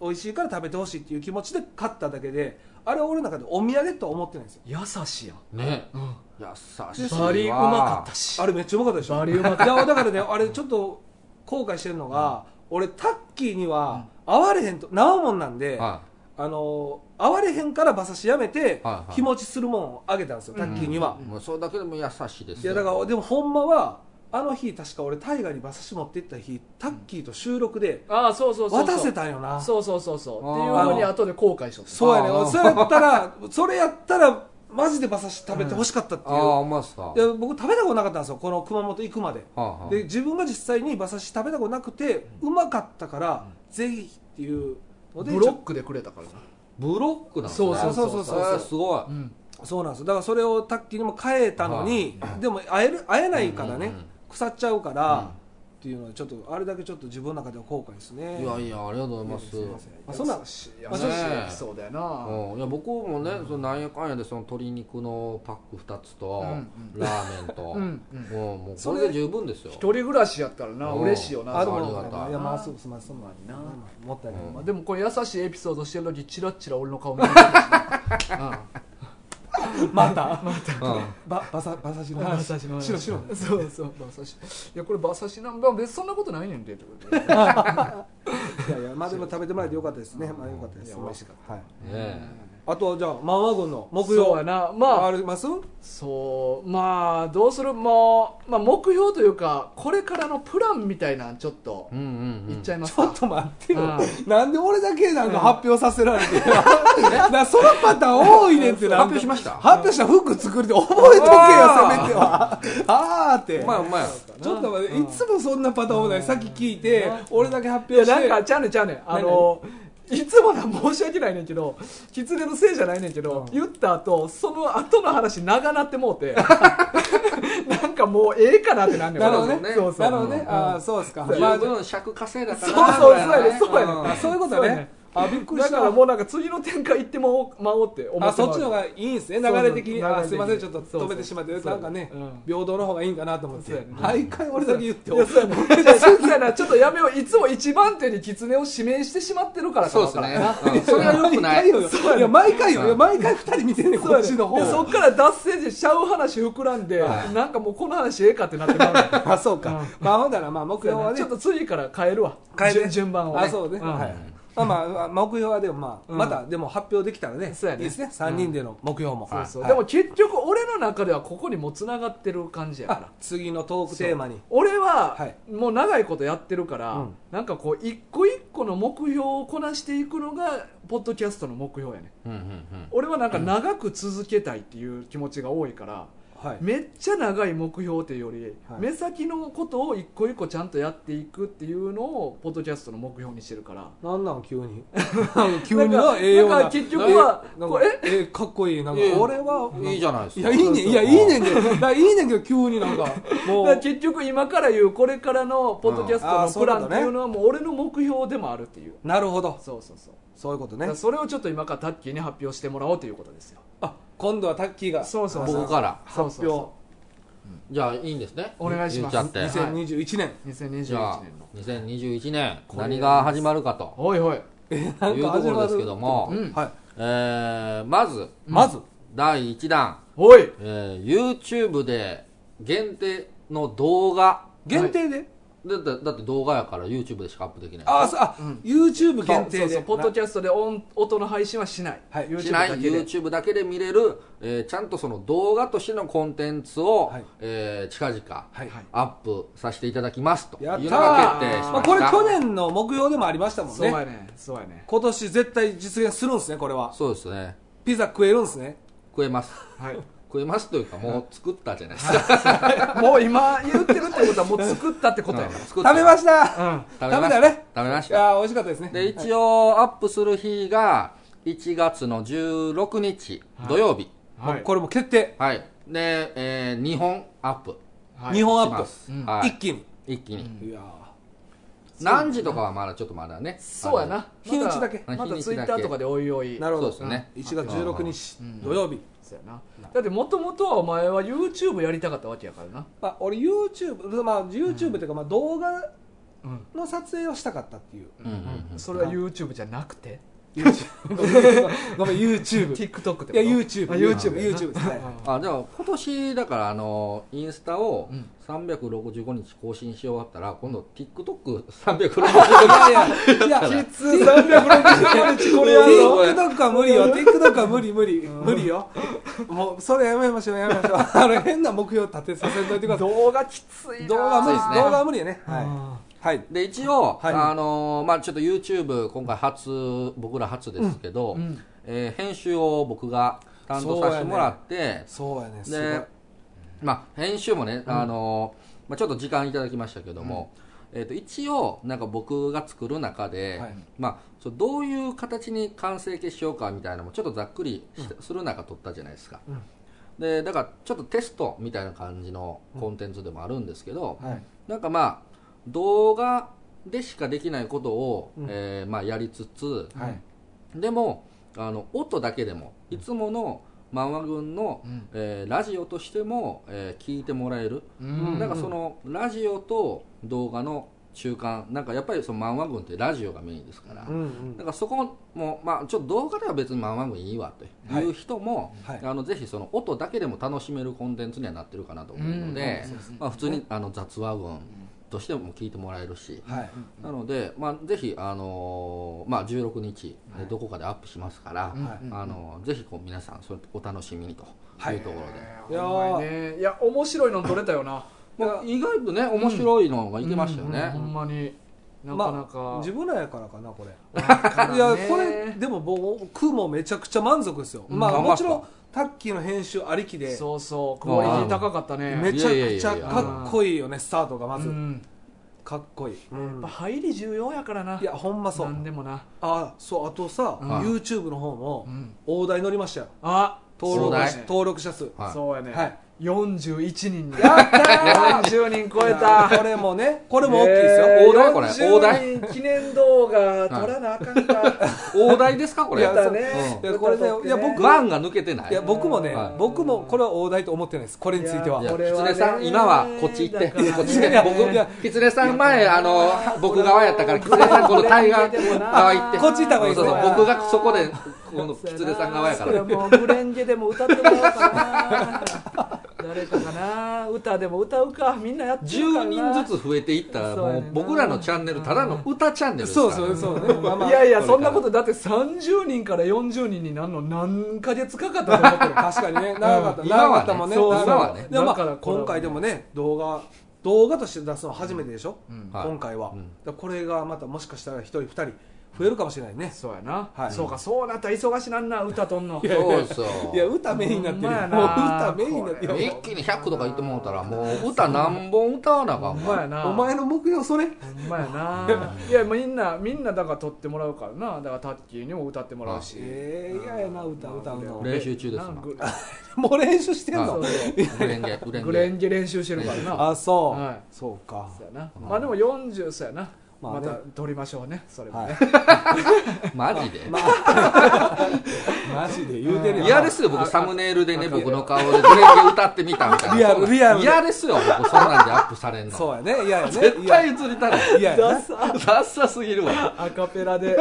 美味しいから食べてほしいっていう気持ちで買っただけであれは俺の中でお土産とは思ってないんですよ優しいやんねうん優しいわバリうまかったしあれめっちゃうまかったでしょバリうまかっいやだからねあれちょっと後悔してるのが、俺タッキーには会われへんと縄もんなんで、はあの会われへんから馬刺しやめて、はいはい日持ちするもんをあげたんですよタッいキーには、うんもうそれだけでも優しいですいやよだからでもほんまはあの日確か俺大河に馬刺し持って行った日タッキーと収録でああそうそうそうそう渡せたんよなそうそうそうそうあっーていうふうに後で後悔しとったそうやねあーそれやったらそれやったらマジで馬刺し食べてほしかったっていう、ああうまさいや僕食べたことなかったんですよこの熊本行くまで、はあはあで自分が実際に馬刺し食べたことなくて、うまかったから、ぜひっていうのでブロックでくれたからなブロックなんですそうねそうそうそうそうあーすごいうんそうなんですよだからそれをタッキーにも変えたのに、でも会える会えないからね、うんうんうん腐っちゃうから、っていうのでちょっとあれだけちょっと自分の中では後悔ですねいやいやありがとうございますすいません、まあ、そんな優しい優まあしそうですねいエピソードやなうんいや僕もね、そのなんやかんやでその鶏肉のパック2つと、うんラーメンと、うんうんもうこれで十分ですよ一人暮らしやったらなうん嬉しいよなあでもありがたいいやまあそうすまんそんななもったいない、うんまあでもこれ優しいエピソードしてる時チラッチラ俺の顔見てるしなまたうんばバサバサシうのん話シの白白そうそう馬刺しいやこれ馬刺しなんまあ別にそんなことないねんてってことでいやいやまあでも食べてもらえてよかったですねまあよかったでいすや美味しかった、はい、ねあとはじゃあマンワ軍の目標そうやなまあありますそうまあどうするもう、まあ、目標というかこれからのプランみたいなんちょっとえうんうん、うん、言っちゃいますちか、ょっと待ってようなんで俺だけなんか発表させられてなそのパターン多いねんってなんか発表しました発表した服作りで覚えとけよあーせめ てはあーってうまいうまいちょっと待っていつもそんなパターン多ないさっき聞いて俺だけ発いや表してなん かちゃうねんちゃうねんあのいつもな申し訳ないねんけど狐のせいじゃないねんけど、言った後その後の話長なってもう てなんかもうええかなってなんねんなるほど俺ねそうそうなるほどねあーそうですかまあ十分尺稼いだかそうらそうそうやみたいなねんそうやねあんそういうことそうやねねあびっくりだしかたらもうなんか次の展開行ってもまおうって思ってあそっちの方ががいいんですねそう流れ的にそう流れあ的にすいませんちょっとそうそう止めてしまってそうなんかねうん平等の方がいいんかなと思っそてうやね毎回俺だけ言っていやそうや ねんいやそうやなちょっとやめよういつも一番手に狐を指名してしまってるからかそうなですねだからな、うんそ れは良くない毎回よいや毎回よいや毎回二人見てんねんそうこやっねちの方でそっから脱線しちゃう話膨らんで、なんかもうこの話ええかってなってまうねんあそうかまあほんだらまあ目標はねちょっと次から変えるわ変えて順順番をあそうねんはいまあまあまあ目標はでもまあうんまたでも発表できたらねいそういやねですね三人での目標もそうそうはいでも結局俺の中ではここにもつながってる感じやからあ次のトークテーマに俺ははいもう長いことやってるから、うんなんかこう一個一個の目標をこなしていくのがポッドキャストの目標やねうんうんうん俺はなんか長く続けたいっていう気持ちが多いから、はいめっちゃ長い目標っていうより、はい目先のことを一個一個ちゃんとやっていくっていうのをポッドキャストの目標にしてるからなんなん急 に急になん なか栄養なんか結局はこれええかっこいいなんかいや俺はうんいいじゃないですかいやいいねんいやいいねんけど だからいいねんけど急になんかもだからう結局今から言うこれからのポッドキャスうんあートのプランそういっうことねていうのはもう俺の目標でもあるっていうなるほどそうそうそうそういうことだねからそれをちょっと今からタッキーに発表してもらおうということですよあ今度はタッキーがそうそうそう僕からそうそう発表じゃあいいんですねお願いします言っちゃって2021年、じゃ2021あ年の2021年何が始まるかとおいおいえというところですけども、うんはい、えーまずまず第1弾、おいえー YouTube で限定の動画限定で、だってだって動画やから YouTube でしかアップできないあーそうあ、うん YouTube 限定でそうそうポッドキャストで音音の配信はしない、はいしない YouTube だけで見れる、えーちゃんとその動画としてのコンテンツを、はいえー近々はいはいアップさせていただきますというやのったーが決定しまあ、まこれした去年の目標でもありましたもんそうやねねそうやね今年絶対実現するんですねこれはそうですねピザ食えるんですね食えますはい 食えますというかもう作ったじゃないですか、もう今言ってるってことはもう作ったってことや か作った食べましたら食べ食まべしたたね食べましいたやー美味しかったですねで一応アップする日が1月の16日はい土曜日うんはいこれも決定、はい、で、え2本アップしはい日本アまッす、うんはプい一気に、一気に、いや何時とかはまだちょっとまだねそうやあのな日にちだけまた日またにちだツけイッターとかでおいおいーなるほどそうですね1月16日うん土曜日、そうやなだってもともとはお前は YouTube やりたかったわけやからなまあ、俺 YouTube、まあ、YouTube っていうか、まあ、動画うんの撮影をしたかったっていううんうんうんそれは YouTube じゃなくて YouTube ごめん YouTube い TikTok ってや YouTube あ YouTube YouTube ですねあでも今年だからあのインスタをうん365日更新し終わったら今度 TikTok365 日いやきつ365日これやろろ TikTok は無理よ TikTok は無理無理無理よもうそれやめましょうやめましょうあの変な目標立てさせといてください動画きついな動画は無理そうですね動画は無理やねははいはいで一応、はいあのーまあ、ちょっと YouTube 今回初僕ら初ですけど、いうんえー編集を僕が担当させてもらって、そうやねすで、まあ、編集もね、あのーまあ、ちょっと時間いただきましたけども、えー、と一応なんか僕が作る中で、はいまあ、そうどういう形に完成形しようかみたいなのもちょっとざっくりしたする中撮ったじゃないですか、うんでだからちょっとテストみたいな感じのコンテンツでもあるんですけど、ごいはいなんかまあ動画でしかできないことを、うんえーまあ、やりつつはいでもあの音だけでもいつもの漫画軍の、うんえーラジオとしても、えー聞いてもらえる、うんなんかそのラジオと動画の中間なんかやっぱりその漫画軍ってラジオがメインですから、うんうんだからそこも、まあ、ちょっと動画では別に漫画軍いいわという人も、はいあのぜひその音だけでも楽しめるコンテンツにはなってるかなと思うので、うんまあ、普通にあの雑話群としても聞いてもらえるし、はいなので、まあ、ぜひ、あのーまあ、16日、えどこかでアップしますから、うんはいあのーぜひこう皆さんそれお楽しみにとはいいうところいで、やーほんまにねいや面白いの撮れたよなまあ、意外とね面白いのがいけましたよね、ほんまになかなまあか自分らやからかなこれいいやこれでも僕もめちゃくちゃ満足ですよ、うんまあ頑も張ったちろんタッキーの編集ありきでそうそうクオリティ高かったねめちゃいやいやくいちゃやいやかっこいいよねスタートがまず、うんかっこいい、やっぱ入り重要やからないやほんまそなんうでもなあそうあとさ、うん YouTube の方もうん大台乗りましたよあ登録大者台登録者数はいそうやね、はい41人にやったー40人超えたこれもねこれも大きいですよ、え大台これ大台記念動画撮らなあかんか大台ですかこれいやだうねんいやこれねいや僕ガンが抜けてないいや僕もね、はい僕もこれは大台と思ってないですこれについてはいいやこれはね狐さん今はこっち行ってだからねこっちでいやいや僕狐さん前あの僕側やったから狐さんこの対岸側行ってこっち行った方がいいですそうねそう僕がそこでこの狐さん側やからそれもうブレンゲでも歌ってもらおうかな誰かかな歌でも歌うかみんなやってるから10な人ずつ増えていったらそうやもねんうな僕らのチャンネルただの歌チャンネルですかそらうそうそうね、まあまあいやいやこれからそんなことだって30人から40人になるの何ヶ月かかったと思 ってる確かにね長かった、うん長かったもんね今はね長かそう今はったねでもまだかあらこれは今回でもね動画動画として出すのは初めてでしょ、うんはい今回は、うんだからこれがまたもしかしたら一人二人増えるかもしれないね、そうやな、はいそうかそうなったら忙しなんな歌とんのそうそういや歌メインになってるよほんまやなもう歌メインになってる一気に100とか言ってもうたらもう歌何本歌わなあかほんんまわやなお前の目標それほんまやな いやみんなみんなだから撮ってもらうからなだからタッキーにも歌ってもらうしえー、いややな歌歌うの練習中ですななグ もう練習してんはのグレンゲグレングレゲンゲ練習してるからなあそう、はいそうかそうやなまあでも40そうやなままあねた撮りましょうねそれもはね、いマジで、まあマジで言うてるやん嫌ですよ僕あサムネイルでねあ僕の顔で全然歌ってみたみたいなリアルそんなんリアル嫌ですよ僕そんなんでアップされんのそうやねいややね絶対映りたないいやいややなダッサすぎるわ、アカペラで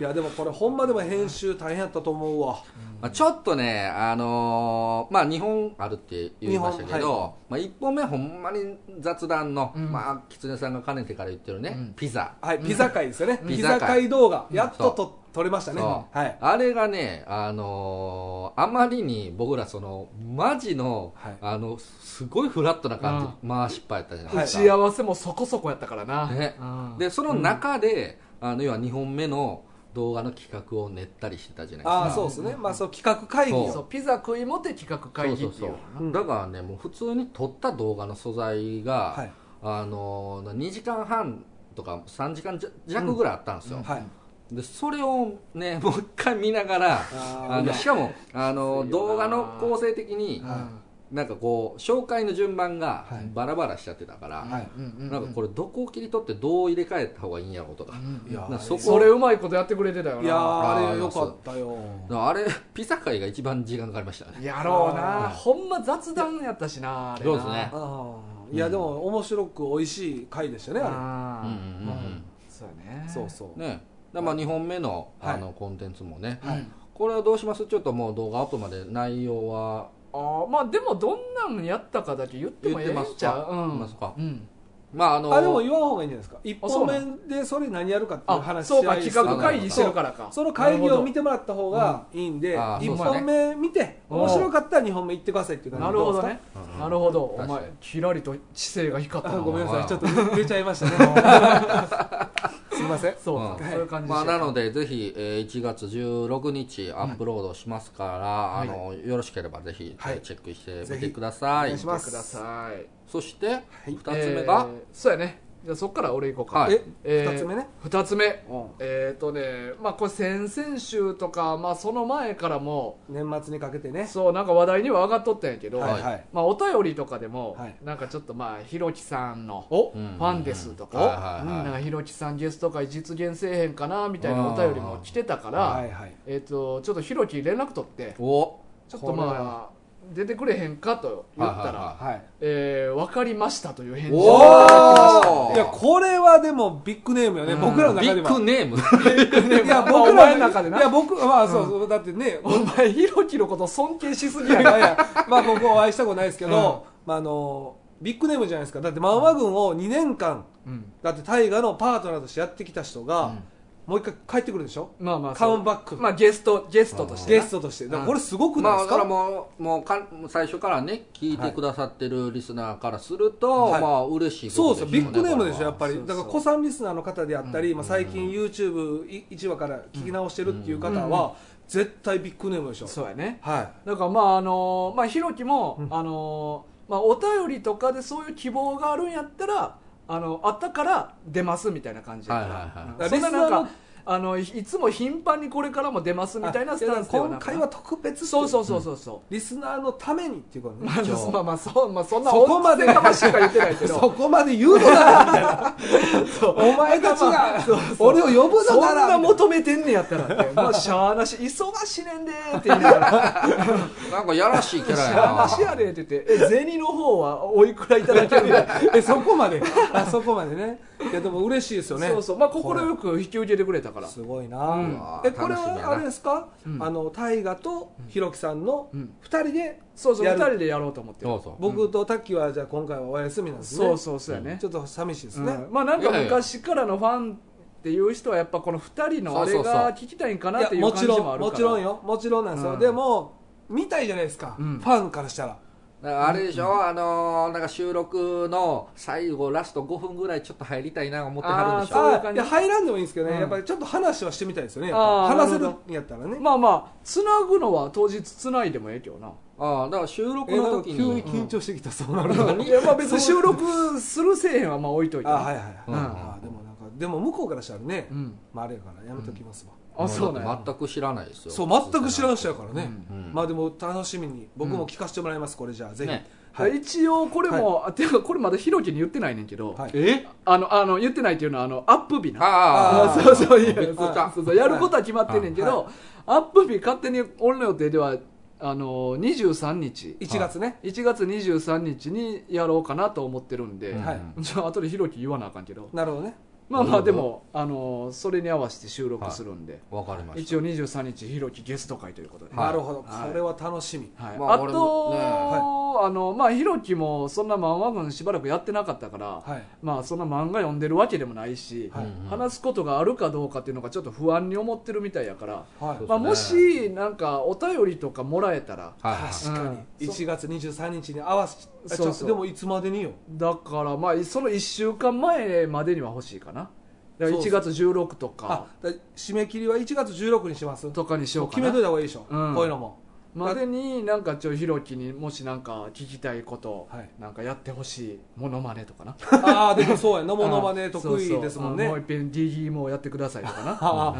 いやでもこれほんまでも編集大変やったと思うわまあ、ちょっとねあのーまあ2本あるって言いましたけ日ど、本まあ、1本目ほんまに雑談の、うんまあ狐さんがかねてから言ってるね、うんピザはいピザ会ですよねうんピザ会動画やっとと撮れましたねそはいあれがね、あのーあまりに僕らその、マジの、はいあの、すごいフラットな感じ、回しっぱやったじゃない打ですか。ち合わせもそこそこやったからな、ねうんで、その中で、あの、要は2本目の動画の企画を練ったりしてたじゃないですか。ああそうですねまあそう企画会議そをそうピザ食いもて企画会議っていうのかなうんだからね、もう普通に撮った動画の素材が、はいあのー、2時間半とか3時間じゃ弱ぐらいあったんですよ。はいで、それをね、 もう一回見ながら、ああーのしかも、あのきついよな動画の構成的に、はなんかこう紹介の順番がはいバラバラしちゃってたから、はいなんかこれ、れどこを切り取ってどう入れ替えた方がいいんやろうとか,、うんいやなそこそれうまいことやってくれてたよいやなーああーれよかったよあれピザ会が一番時間かかりましたねやろうあなーほんま雑談やったしなあれなそうですねあーいやでも面白く美味しい回でしたねああうんうんーうんそうやねれそうそううんねだからまあ2本目の,、はいあのコンテンツもね、はいこれはどうしますちょっともう動画アップまで内容はあーまあでもどんなんやったかだけ言ってもええんちゃう言ってうんますかうんまああのあでも言わん方がいいんじゃないですか一あそう本な目でそれ何やるかっていうあ話そうかし合企いする画会議してるからかその会議を見ててもらった方がいいんでうんあー一そうです本目見てうん面白かったら二本目行ってくださいっていう感じなるほどねうんなるほど確かおに前キラリと知性が光ったあなごめんなうさんいちょっと出ちゃいましたねすいませんそうかうんそういう感じまあ、してなのでぜひ、えー1月16日アップロードしますから、はいあのよろしければぜひ、はいチェックしてぜみてひくださおい願いします見てくださいそしてい2つ目が、えーそうやねじゃあそっから俺行こうかはい ええー二つ目ね2つ目うんえーとねまあこれ先々週とかまあその前からも年末にかけてねそうなんか話題には上がっとったんやけどはいはいまあお便りとかでもはいなんかちょっとまあひろきさんのおうんファンですとかはいはいはいなんかひろきさんゲスト会実現せえへんかなみたいなお便りも来てたかはらいはいえーとちょっとひろき連絡取っておちょっとまあ出てくれへんかと言ったはいはいはらはいえー分かりましたという返事おをーいやこれはでもビッグネームよねうん僕らのビ中でッはグネームいやまあ僕お前のら中でないや僕まあそうそうだってね お前ひろきのこと尊敬しすぎいややいなやいやまあ僕お会いしたことないですけどまああのビッグネームじゃないですかだってマンマ軍を2年間うんだって大河のパートナーとしてやってきた人うがんもう一回帰ってくるでしょまあまあカそうムバックまあゲストゲストとしてゲなストとしてだからこれすごくないでまあすだからかもうもうかん最初からね聞いてくださってるリスナーからすると、はいまあ嬉しいそこうですとよでビしょッグネームでしょやっぱそりうそだうから子さんリスナーの方であったりまあ最近 YouTube1 話から聞き直してるっていう方は絶対ビッグネームでしょそうやねはだからまああのまあひろきも、うんあのまあお便りとかでそういう希望があるんやったらあのあったから出ますみたいな感じやからうはいはいはいんそんなリスナなーんのかあのいいつも頻繁にこれからも出ますいみたいなスタンスではな今くな回は特別っていそうそうそうそうそう、リスナーのためにっていうことねまあ一応 まあまあそうまあそんなそこまで音声かもしか言ってないけどそこまで言うのならみたいな お前たちまあがそうそう俺を呼ぶそのなんらなみたい求めてんねやったらって、まあ、しゃあなし、忙しいねんでーって言いながら、なんかやらしいキャラしやゃあななしやでって言って、え、銭の方はおいくらいただけるんだなえそこ まであそこまでねいやでも嬉しいですよねそうそう、まあ、快く引き受けてくれたから。すごいな、うんえこれ楽しみやはなあれですか、うんあの大河とひろきさんのうん2人で、そうそう、や二る人でやろうと思ってるそうそう僕とタッキーはじゃあ今回はお休みなんですねそうそう、そうやねち。ょっと寂しいですうんね、まあ、なんかいやいや昔からのファンっていう人は、やっぱこの二人のあれそうそうそうが聞きたいんかいなっやていうも感ちじろんもあるから。もちろんよもちろんなんですよ、うんでも見たいじゃないですか、うんファンからしたらだからあれでしょ、あのーなんか収録の最後ラスト5分ぐらいちょっと入りたいな思ってはるでしあょそういうあ感いじや入らんでもいいんですけどね、うんやっぱりちょっと話はしてみたいですよねやっあぱー話せなるるほんやったらね、まあまあ、つなぐのは当日つないでもええけ どな。ああだから収録えなのんか時急にに緊張してきた、そうなると、あ いや、まあ、別に収録するせえへんは、まあ、置いといてね。はいはいはい、うんあーでもなんかでも向こうからしたらね、うん。まあ、あれやからやめときますわ、あそうなんや全く知らないですよそう全く知らん人やからね、うんまあでも楽しみに僕も聞かせてもらいますこれじゃあぜひ、ねはい一応これも、あていうかこれまだひろきに言ってないねんけど、はいえあのあの言ってないっていうのはあのアップ日なあーそうそういびっくうりそうしたそうそうやることは決まってんねんけど、アップ日勝手に俺の予定ではあの23日1月ね、 1月23日にやろうかなと思ってるんで、うんはいじゃあ後でひろき言わなあかんけどなるほどねまあまあなでるも、あのそれに合わせて収録するんで、わかりました一応23日ひろきゲスト会ということで、はいなるほど、はいこれは楽しみ、はいまああと、俺もねあのまあひろきもそんな漫画群しばらくやってなかったから、はいまあそんな漫画読んでるわけでもないし、はいうん話すことがあるかどうかっていうのがちょっと不安に思ってるみたいやから、はいそうまあ、でもすねしなんかお便りとかもらえたらはいはい確かに、うん1月23日に合わせあちょそうそうでもいつまでによだからまあその1週間前までには欲しいかなだからそうそう1月16とあかだ締め切りは1月16にしますとかにしよもううか決めなといた方がいいでしょ、うんこういう のもまでになんかちょひろきにもしなんか聞きたいこと、はいなんかやってほしいモノマネとかなああでもそうやん のものまね得意ですもんねそうそうもう一遍 DD もやってくださいとかな あ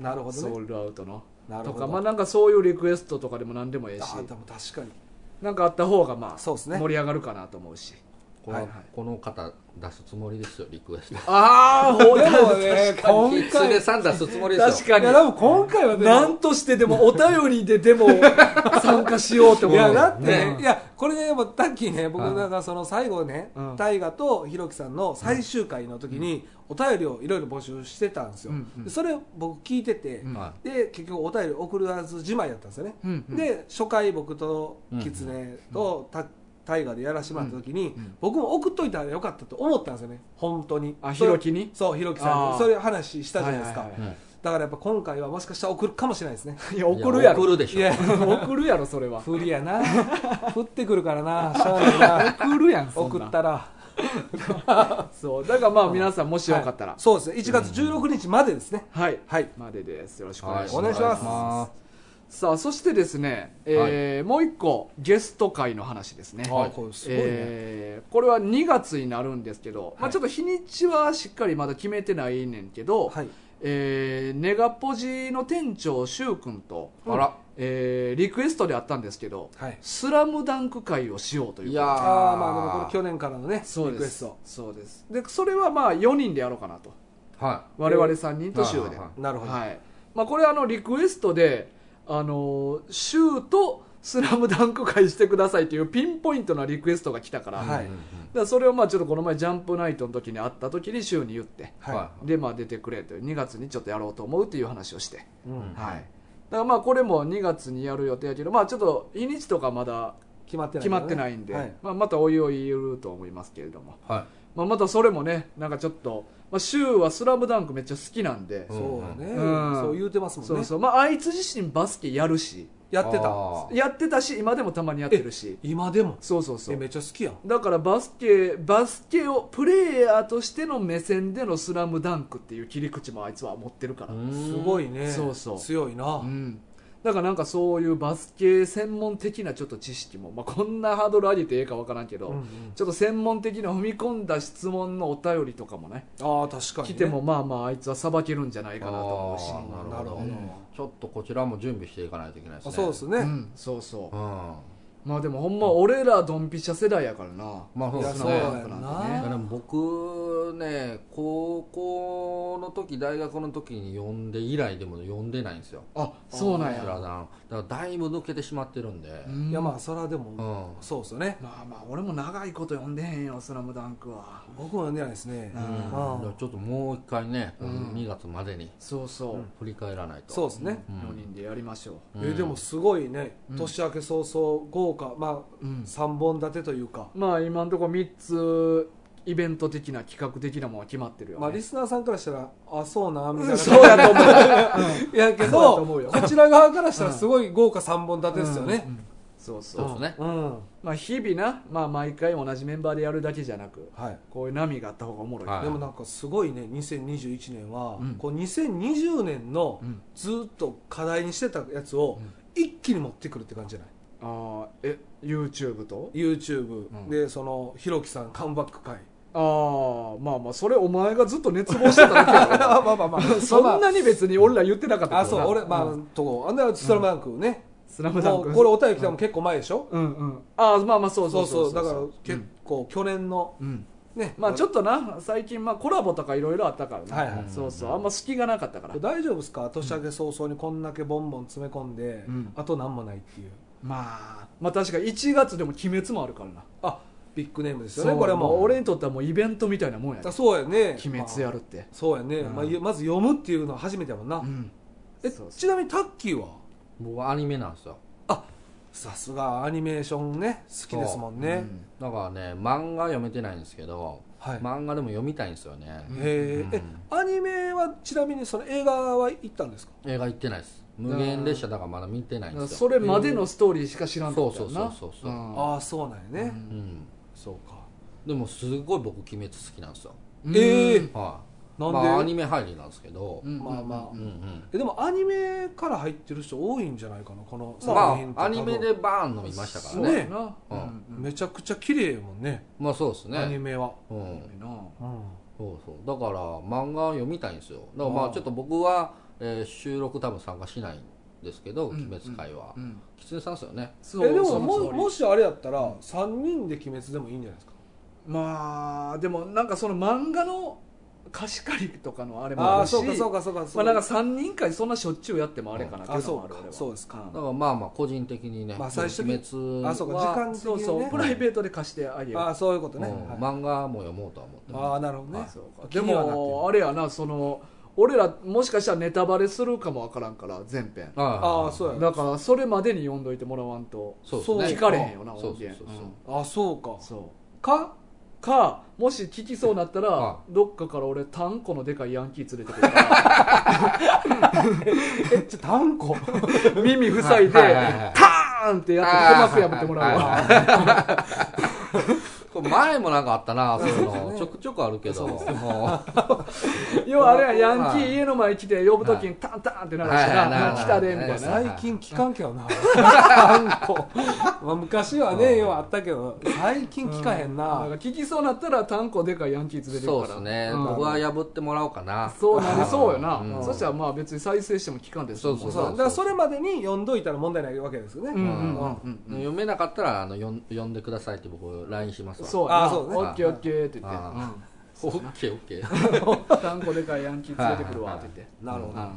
うんあなるほソどねウルアウトのなるとほかどまあなんかそういうリクエストとかでも何でもええしあでも確かになんかあった方がまあそうですね盛り上がるかなと思うしこはいのはいこの方出すつもりですよリクエストああほでもね 今キッズ回でさん出すつもりです確よかいやでにも今回はでもなんとしてでもお便りでで も参加しようってい思うやだって、ねいやこれねもうタッキーね僕うんなんかその最後ねうん大我とひろきさんの最終回の時にお便りをいろいろ募集してたんですよ、うんうんでそれを僕聞いてて、うんはで結局お便り送らずじまいだったんですよね、うんうんで初回僕とキツネとタタイガーでやらせてもらった時に、うんうん僕も送っといたらよかったと思ったんですよね本当にあそれひろきにそうひろきさんあーにそういう話したじゃないですか、はいはいいははいだからやっぱ今回はもしかしたら送るかもしれないですねいいや怒るやいろ送 るでしいょや送るやろそ れは不利やな降ってくるからなしゃあないな送るやんそん 送なったらそうだからまあ皆さんもしよかったらはいそうですね1月16日までですね、はいはいまでですよろしくお願はいしおま願いしますすさあそしてですねえーもう一個ゲスト会の話ですねあこれすごいねえーこれは2月になるんですけど、まあ、ちょっと日にちはしっかりまだ決めてないねんけど、はいえーネガポジの店長シュウ君と、あらえーリクエストであったんですけど「はいスラムダンク会をしようといういやーああーまあでもこれ去年からのねそうリでクエすストそうですでそれはまあ4人でやろうかなとは我々3人とシュウで、はいはいなるほど、はいまあ、これあのリクエストであのーシュウと「スラムダンク会してくださいというピンポイントなリクエストが来たから、はいいうんうんだからそれをまあちょっとこの前ジャンプナイトの時に会った時に週に言ってはいはでまあ出てくれと2月にちょっとやろうと思うっていう話をして、うんはい、だからまあこれも2月にやる予定やけどまあちょっと日にちとかまだ決まってない決からまね、ってないんで、はいまあ、またおいおい言うと思いますけれども、はまあ、またそれもねなんかちょっと、まあ、週は「スラムダンクめっちゃ好きなんで、んそうね、うんそう言うてますもんねそうそうまああいつ自身バスケやるしやってたあーやってたし今でもたまにやってるし今でもそうそうそえうめっちゃ好きやんだからバスケバスケをプレイヤーとしての目線での「スラムダンクっていう切り口もあいつは持ってるから、いすいごいねそうそう強いな、うん、だからなんかそういうバスケ専門的なちょっと知識も、まあ、こんなハードル上げてええかわからんけど、うんうんちょっと専門的な踏み込んだ質問のお便りとかもねああ確かに、ね、来てもまあまああいつはさばけるんじゃないかなと思うしあーなるほど、うんちょっとこちらも準備していかないといけないですあねそうですうね、ん、そうそううんまあでもほんま俺らドンピシャ世代やからな、まあそういでやすそうねだよな、でも僕ね高校の時大学の時に呼んで以来でも呼んでないんですよあそうなんスラや、ダンだからだいぶ抜けてしまってるんでうんいやまあそれはでも、うんそうですよねまあまあ俺も長いこと読んでへんよ「スラムダンクは僕も呼んでないですね、ううんだあからちょっともう一回ねうん2月までにそうそう、うん振り返らないとそうですね、うん4人でやりましょうんえーでもすごいね、うん年明け早々豪華まう、うんあ、三本立てというか、まあ今のところ3つイベント的な企画的なものは決まってるよ、ねまあリスナーさんからしたらあそうなみたいな、そうやと思 いやけそうだとど思うよこちら側からしたらすごい豪華三本立うてですよね、んそうそそううですねうん、まあ日々な、まあ、毎回同じメンバーでやるだけじゃなくはいこういう波があった方がおもろい、はいでもなんかすごいね2021年は、うんこう2020年のうんずっと課題にしてたやつを一気に持ってくるって感じじゃないああえ YouTube と YouTube、うんでそのひろきさんカムバック会ああまあまあそれお前がずっと熱望してただけやか まあまあまあまあら そんなに別に俺ら言ってなかったあそう俺まあ、あとこあんなスラムダンクね、 「スラムダンもクうこれお便り来たのも結構前でしょ、うんうんああまあまあそうそそううそうそうだからう結ん構去年のうんね、まあちょっとな最近まあコラボとかいろいろあったからな、はいはいそうそうあんま隙がなかったから大丈夫ですか年明け早々にこんだけボンボン詰め込んで、うんあと何もないっていうまあまあ確か1月でも「鬼滅」もあるからなあビッグネームですよそねうこれはもうう俺にとってはもうイベントみたいなもんやでだそうやね鬼滅やまあるって、そうやね、うんまあ、まず読むっていうのは初めてやもんな、うんえそうそうちなみにタッキーは僕はアニメなんですよさすがアニメーションね好きですもんね、うんだからね漫画読めてないんですけどはい、漫画でも読みたいんですよね、へええアニメはちなみにその映画は行ったんですか映画行ってないです無限列車だからまだ見てだないんかでらすよそれまでのストーリーしか知らんかったよそうなそうそうそうそうああそうなんやね、うんうん、そうかでもすごい僕鬼滅好きなんですようんええうんはいなんで、まあ、アニメ入りなんですけど、うんまあまあううんんうんえでもアニメから入ってる人多いんじゃないかなこの作ま品ってあアニメ多でバーンの見ましたからそうねやなうん分めちゃくちゃ綺麗やもんねまあそうですアニねメは、ううんんなうん、そうそうだから漫画読みたいんですよだからまああーちょっと僕は、えー収録多分参加しないんですけど「うん鬼滅会は」うんキツネさんですよねそうえでそのもも通りもしあれやったら3人で「鬼滅」でもいいんじゃないですかまあでもなんかその漫画の貸し借りとかのあれもあああるーしそうかそうかそうかそまうあなんか3人会そんなしょっちゅうやってもあれかなってあいうのそもあうるか俺はそうですかだからまあまあ個人的にね「まあ最初に鬼滅は」あそうか時間うん的そうにそうねプライベートで貸してあげるああそういうことね、うんはい漫画も読もうとは思ってますああなるほどねあそうか気でにはなってるもあれやなその俺らもしかしたらネタバレするかもわからんから全編ああそうやだからそれまでに読んどいてもらわんとそうです聞ねかれへんよなそ音うそう源そうそうああそうか うんそうかかもし聞きそうになったらあどっかから俺タンコのでかいヤンキー連れてくるかえちょたんこら耳塞いではいはいはいはいターンってやって鼓膜破ってもらうはいはいわはいこれ前もなんかあったなそういうのちょくちょくあるけども要はあれはヤンキー家の前来て呼ぶ時にタンタンってなるしはいなはい来たでみたいはなは 最近聞かんけどなたんこ、まあ、昔はうねんようあったけど最近聞かへんな、なんか聞きそうになったらタンコでかいヤンキー連れてくそうかでらすねうん僕は破ってもらおうかなそうなりそうよな、うんそしたらまあ別に再生しても聞かんですそうそうそうだからそれまでに読んどいたら問題ないわけですよね、うんうんうんうん読めなかったらあのよん呼んでくださいって僕 LINE しますわそううやなあそうねオッケーオッケーって言ってあうオんそうやッケーオッケーな単語でかいヤンキー連れてくるわって言ってなるほうど、ん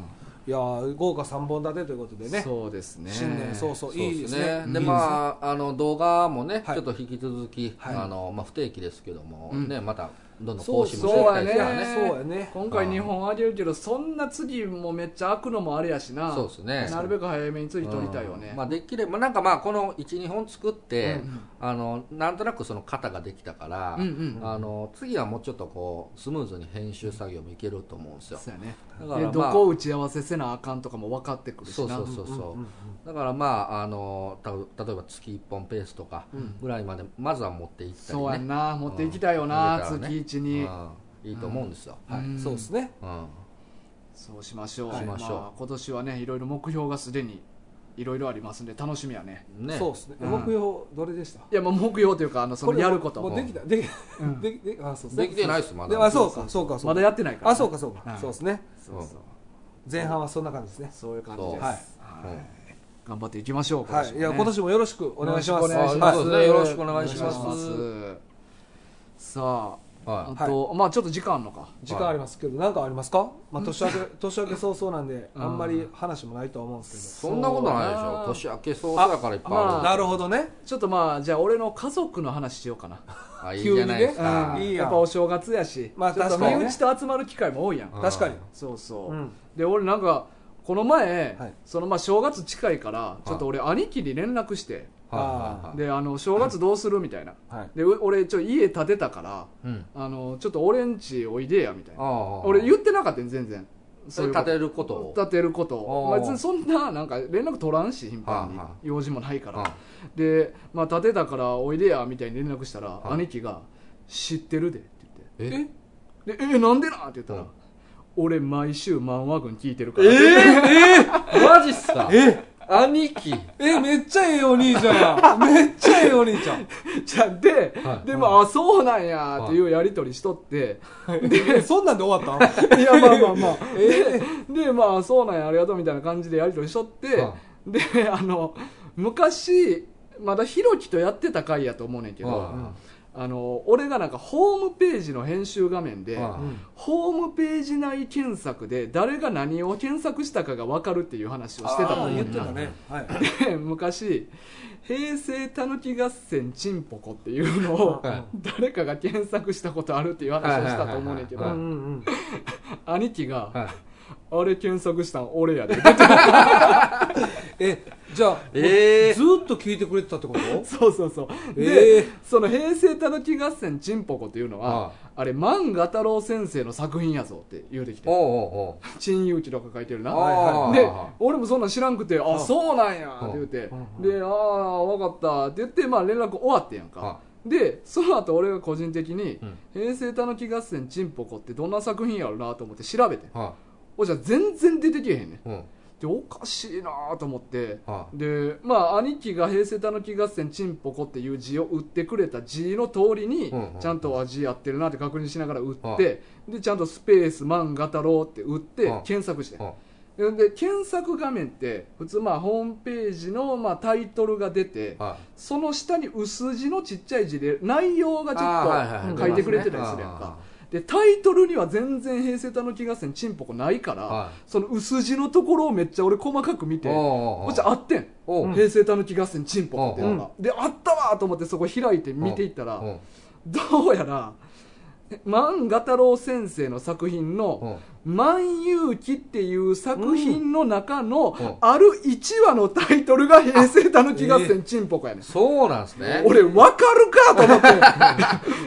いやー豪華3本立てということでねそうですね新年早そう々いいですねねでうんまああの動画もねはいちょっと引き続きはいあのまあ不定期ですけどもうんねまたどんどんそ更う新そうもしていきたいですそうやねからねそうやね今回2本あげるけどそんな次もめっちゃ開くのもあれやしなそうですねなるべく早めに次撮りたいよね、うんまあ、できればなんかまあこの12本作って、うんあのなんとなくその型ができたから、うんうんあの次はもうちょっとこうスムーズに編集作業もいけると思うんですよそうやねだから、まあ、でどこ打ち合わせせなあかんとかも分かってくるしそうなそうそうそう、うんうんだからまああのた例えば月1本ペースとかぐらいまでまずは持っていったりそうやんねな持っていきたいようんな、入れたらね月一に、うんいいと思うんですよ、はいうんそうですねうんそうしましょうしましょうあ、今年はねいろいろ目標がすでにいろいろありますんで楽しみやねねそうですね、うん目標どれでしたいやまあ目標というかあのそこのれやることもうもできたでき、うん できできあそうすねできてないですまだであそうかそうかそうまかだやってないから、あそうかそうか、うんそうですねそうそう前半はそんな感じですねそういう感じです、そうははいいうん頑張っていきましょう今はい、年もいねや今年もよろしくお願いします。よろくお願いしはまいすそうですねよろしくお願いしますお願いしますさあはあと、まあちょっと時間あんのか時間ありますけど、なんかありますか？まあ年明け年明け早々なんで、うんあんまり話もないとは思うんですそんなことないでしょ年明け早々だからいっぱいあるあけまど。あなるほどね。ちょっとまあじゃあ俺の家族の話しようかなあいいじゃないですか、うんいいやんやっぱお正月やし、まあちょっと確か身にね内と集まる機会も多いやん、うん確かに。そうそう、うん。で俺なんかこの前、はいそのまあ正月近いからちょっと俺兄貴に連絡してはいはいはいであの正月どうするみたいなはい。でう俺ちょ家建てたからうんあのちょっと俺んちおいでやみたいあなあ俺言ってなかったよ全然それこ立てることをと建てることをああ別にそんななんか連絡取らんし頻繁にああ用事もないからあで、まあ、建てたからおいでやみたいに連絡したらあ兄貴が「知ってるで」って言ってえでえーなんでなって言ったら、うん俺毎週漫画軍聞いてるから、えマジっすかえ、兄貴えめっちゃええお兄ちゃん めっちゃええお兄ちゃんじゃあで、はいでも、あそうなんやっていうやり取りしとって、えそんなんで終わった いやまあまあまあ、えでまあそうなんやありがとうみたいな感じでやり取りしとって、はであの昔まだひろきとやってた回やと思うねんけど、はあの俺がなんかホームページの編集画面で、うはんホームページ内検索で誰が何を検索したかが分かるっていう話をしてたとあ思ーうね言っんてなたねはいで昔「平成たぬき合戦ちんぽこ」っていうのをはい誰かが検索したことあるっていう話をしたと思うねんけどうんはいうはんうん兄貴がはい「あれ検索したん俺やで」 えじゃあええずーっと聞いてくれてたってことそうそうそう、えでーその「平成たぬき合戦ちんぽこ」っていうのは、ああれ万賀太郎先生の作品やぞって言うてきておうおうおう陳勇輝とか書いてるなあーで俺もそんなん知らんくて「あんそうなんや」って言うて「でああ分かった」って言って、まあ、連絡終わってんやんかはでその後俺が個人的にうん「平成たぬき合戦ちんぽこ」ってどんな作品やろなと思って調べてんはおじゃ全然出てけへんねんうんでおかしいなと思ってはでまあ兄貴が「平成たぬき合戦ちんぽこ」っていう字を打ってくれた字の通りにうんうんちゃんとあ字合ってるなって確認しながら打ってでちゃんと「スペース漫画太郎」って打ってうん検索してうんでで検索画面って普通まあホームページのまあタイトルが出てはその下に薄字のちっちゃい字で内容がちあーはいょはっいと書いてくれてたりするやんかでタイトルには全然「平成たぬき合戦ちんぽこ」ないかはらいその薄字のところをめっちゃ俺細かく見ておうおうおこうっちあってんおう平成たぬき合戦チンポっていうのが、であったわと思ってそこ開いて見ていったら、うんどうやら万賀太郎先生の作品うのん「万有記」っていう作品の中の、うんうんある1話のタイトルが「平成たぬき合戦チンポコ」やねん、そうなんすね俺分かるかと思っ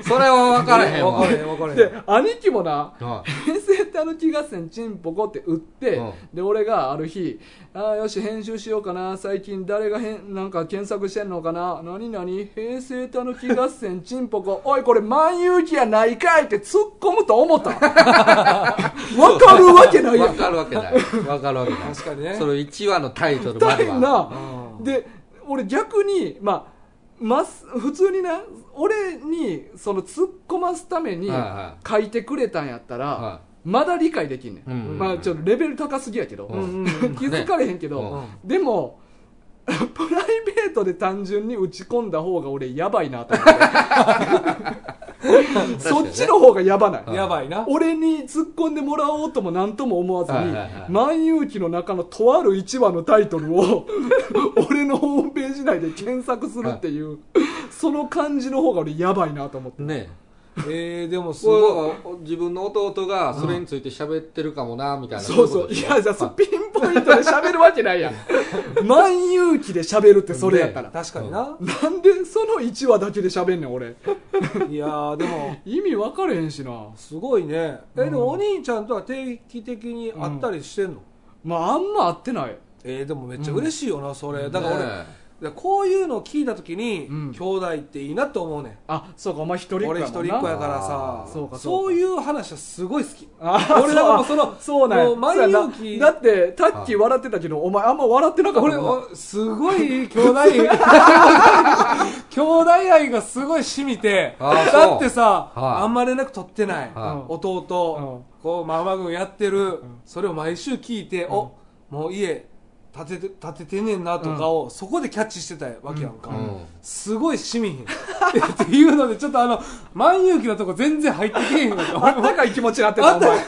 それは分からへんわ分からへん分 からへんてで兄貴もなは平成たぬき合戦チンポコって売って、うんで俺がある日「ああよし編集しようかな最近誰がへんなんか検索してんのかな何何平成たぬき合戦チンポコ おいこれ万有期やないかい」って突っ込むと思 ったわかるわけないいや分んかるわけない分かるわけない確かにねその1話のタイトルまだでいはなうんで俺逆にまあます普通にな俺にその突っ込ますためにはいは書いてくれたんやったら、はまだ理解できんねん、うんまあちょっとレベル高すぎやけど、ううんん 気づかれへんけど、でも プライベートで単純に打ち込んだ方が俺やばいなと思ってそっちの方がやばない、やばいな俺に突っ込んでもらおうとも何とも思わずにはいはいは「い万有記」の中のとある1話のタイトルを 俺のホームページ内で検索するっていうその感じの方が俺やばいなと思ってねえーでもすごいこう自分の弟がそれについて喋ってるかもなみたいなそうそういいやじゃあそうピンポイントで喋るわけないや ん万有記で喋るってそれや ったら確かにななんでその1話だけで喋んねん俺いやーでも意味分かれへんしなすごいねえでもお兄ちゃんとは定期的に会ったりしてんの、まああんま合ってないえーでもめっちゃ嬉しいよな、それだだかからら俺、俺でこういうのを聞いた時に、うん兄弟っていいなって思うねんあそうかお前一人っ子やもん俺な一人っ子やからさあーそうかそうかいう話はすごい好きあ俺らもそそうのそうなんもやそうやう万有な期だってタッキー笑ってたけどお前あんま笑ってなかった俺もんなおすごい兄弟兄弟愛がすごい染みてあーそうだってさ、はいあんま連絡取ってない、は弟、こうママ軍やってる、それを毎週聞いて、おもう家建てて建ててんねんなとかを、そこでキャッチしてたわけやんか、うんすごいしみひん っていうのでちょっとあの万有機のとこ全然入ってけえへんのよ あったかい気持ちになってたお前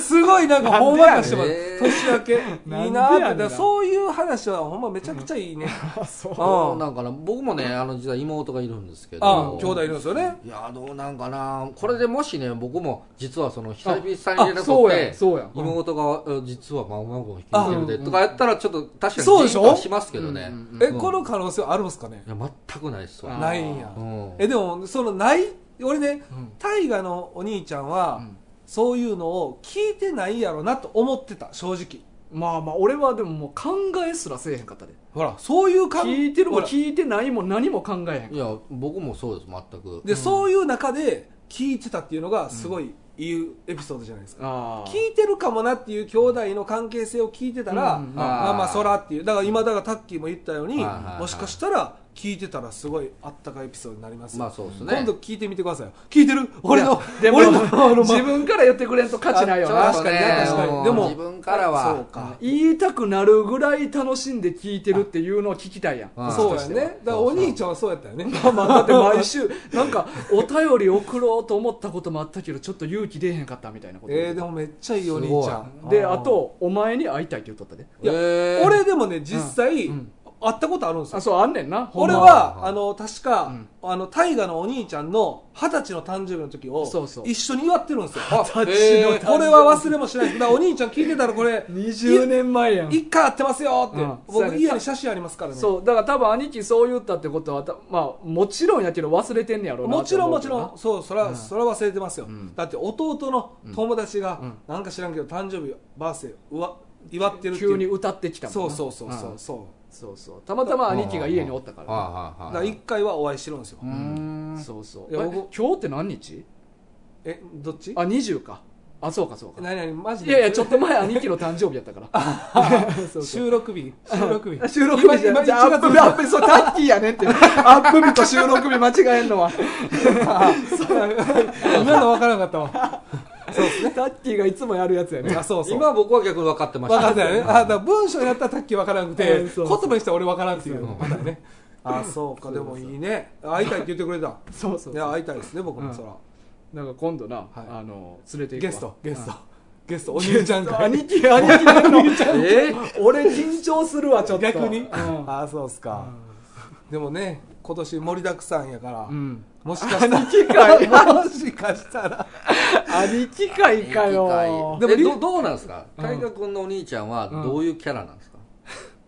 すごいなんかほんわかしてます、なんでやねん年明けなんでやねんいいなーってだからそういう話はほんまめちゃくちゃいいねあそうそうあなんかな僕もねあの実は妹がいるんですけどあ兄弟いるんですよねいやどうなんかなこれでもしね僕も実はその久々に連あそうやん絡取ってそうやん妹がえ実はマンマンゴン弾いてるであとかやったらちょっと確かにそうでしょ喧嘩しますけどねうんえうんこの可能性はあるんですかねいや全くないっすあわないんやうんえでもそのない俺ねうん大河のお兄ちゃんは、んそういうのを聞いてないやろなと思ってた正直まあまあ俺はでももう考えすらせえへんかったでほらそういう感聞いてるもほら聞いてないも何も考えへんいや僕もそうです全くで、そういう中で聞いてたっていうのがすごいいいエピソードじゃないですかあ聞いてるかもなっていう兄弟の関係性を聞いてたら、うんうんまあまあそらっていうだから今だがタッキーも言ったように、はいはいはいもしかしたら聞いてたらすごいあったかいエピソードになりますよ、まあそうですね今度聞いてみてくださいよ聞いてる俺のでも俺 のあのま自分から言ってくれんと価値ないよあなちょっと確かにね確かうんにでも自分からはそうか言いたくなるぐらい楽しんで聞いてるっていうのを聞きたいやんうんそうやねだからお兄ちゃんはそうやったよね まあまあだって毎週なんかお便り送ろうと思ったこともあったけどちょっと勇気出えへんかったみたいなことえー、ででもめっちゃいいお兄ちゃんであとお前に会いたいって言っとったでいや、えー俺でもね実際、うんうん会ったことあるんですよあそうあんねんなほん俺まははあの確うか、んあの大河のお兄ちゃんの二十歳の誕生日の時をそうそう一緒に祝ってるんですよあ立ちえのー誕生日これは忘れもしないですだからお兄ちゃん聞いてたらこれ20年前やん一回会ってますよって、うんそうや僕ね家に写真ありますからねそうだから多分兄貴そう言ったってことはたまあもちろんやけど忘れてんねやろうなもちろんもちろんんそうそれは、うんそれは忘れてますよ、んだって弟の友達が、うんなんか知らんけど誕生日バースデーうわ祝ってるっていう急に歌ってきたもんそうなそうそうそううんそうそうそうたまたま兄貴が家におったからはいだからはいはい一回はお会いしてるんですよ、うーんそうそういやえ僕今日って何日えどっちあ20かあそうかそうか何何マジいでやいやちょっと前兄貴の誕生日や ったからそうそう収録日収録日あ収録日じゃな今今いじゃあアップ日アップ日そうタッキーやねんって アップ日と収録日間違えんのは今の分からなかったわそうですねタッキーがいつもやるやつやねあそうそう今僕は逆に分かってまし分たかったよねあだから文章になったらさっき分からなくてうん言そう葉にしたら俺分からんっていうそうパターンねあそうかでもいいね会いたいって言ってくれたそうそういや会いたいですね僕うもんそらなんか今度なあの連れて行くわゲストゲストゲストお兄ちゃんそうか兄 貴兄貴なのえー俺緊張するわちょっと逆にうんあそうっすかでもね今年盛りだくさんやからうんもし かした兄貴会ら もしかしたら兄貴会かよででももりどどうなんですかうん大河君のお兄ちゃんはどういうキャラなんですか、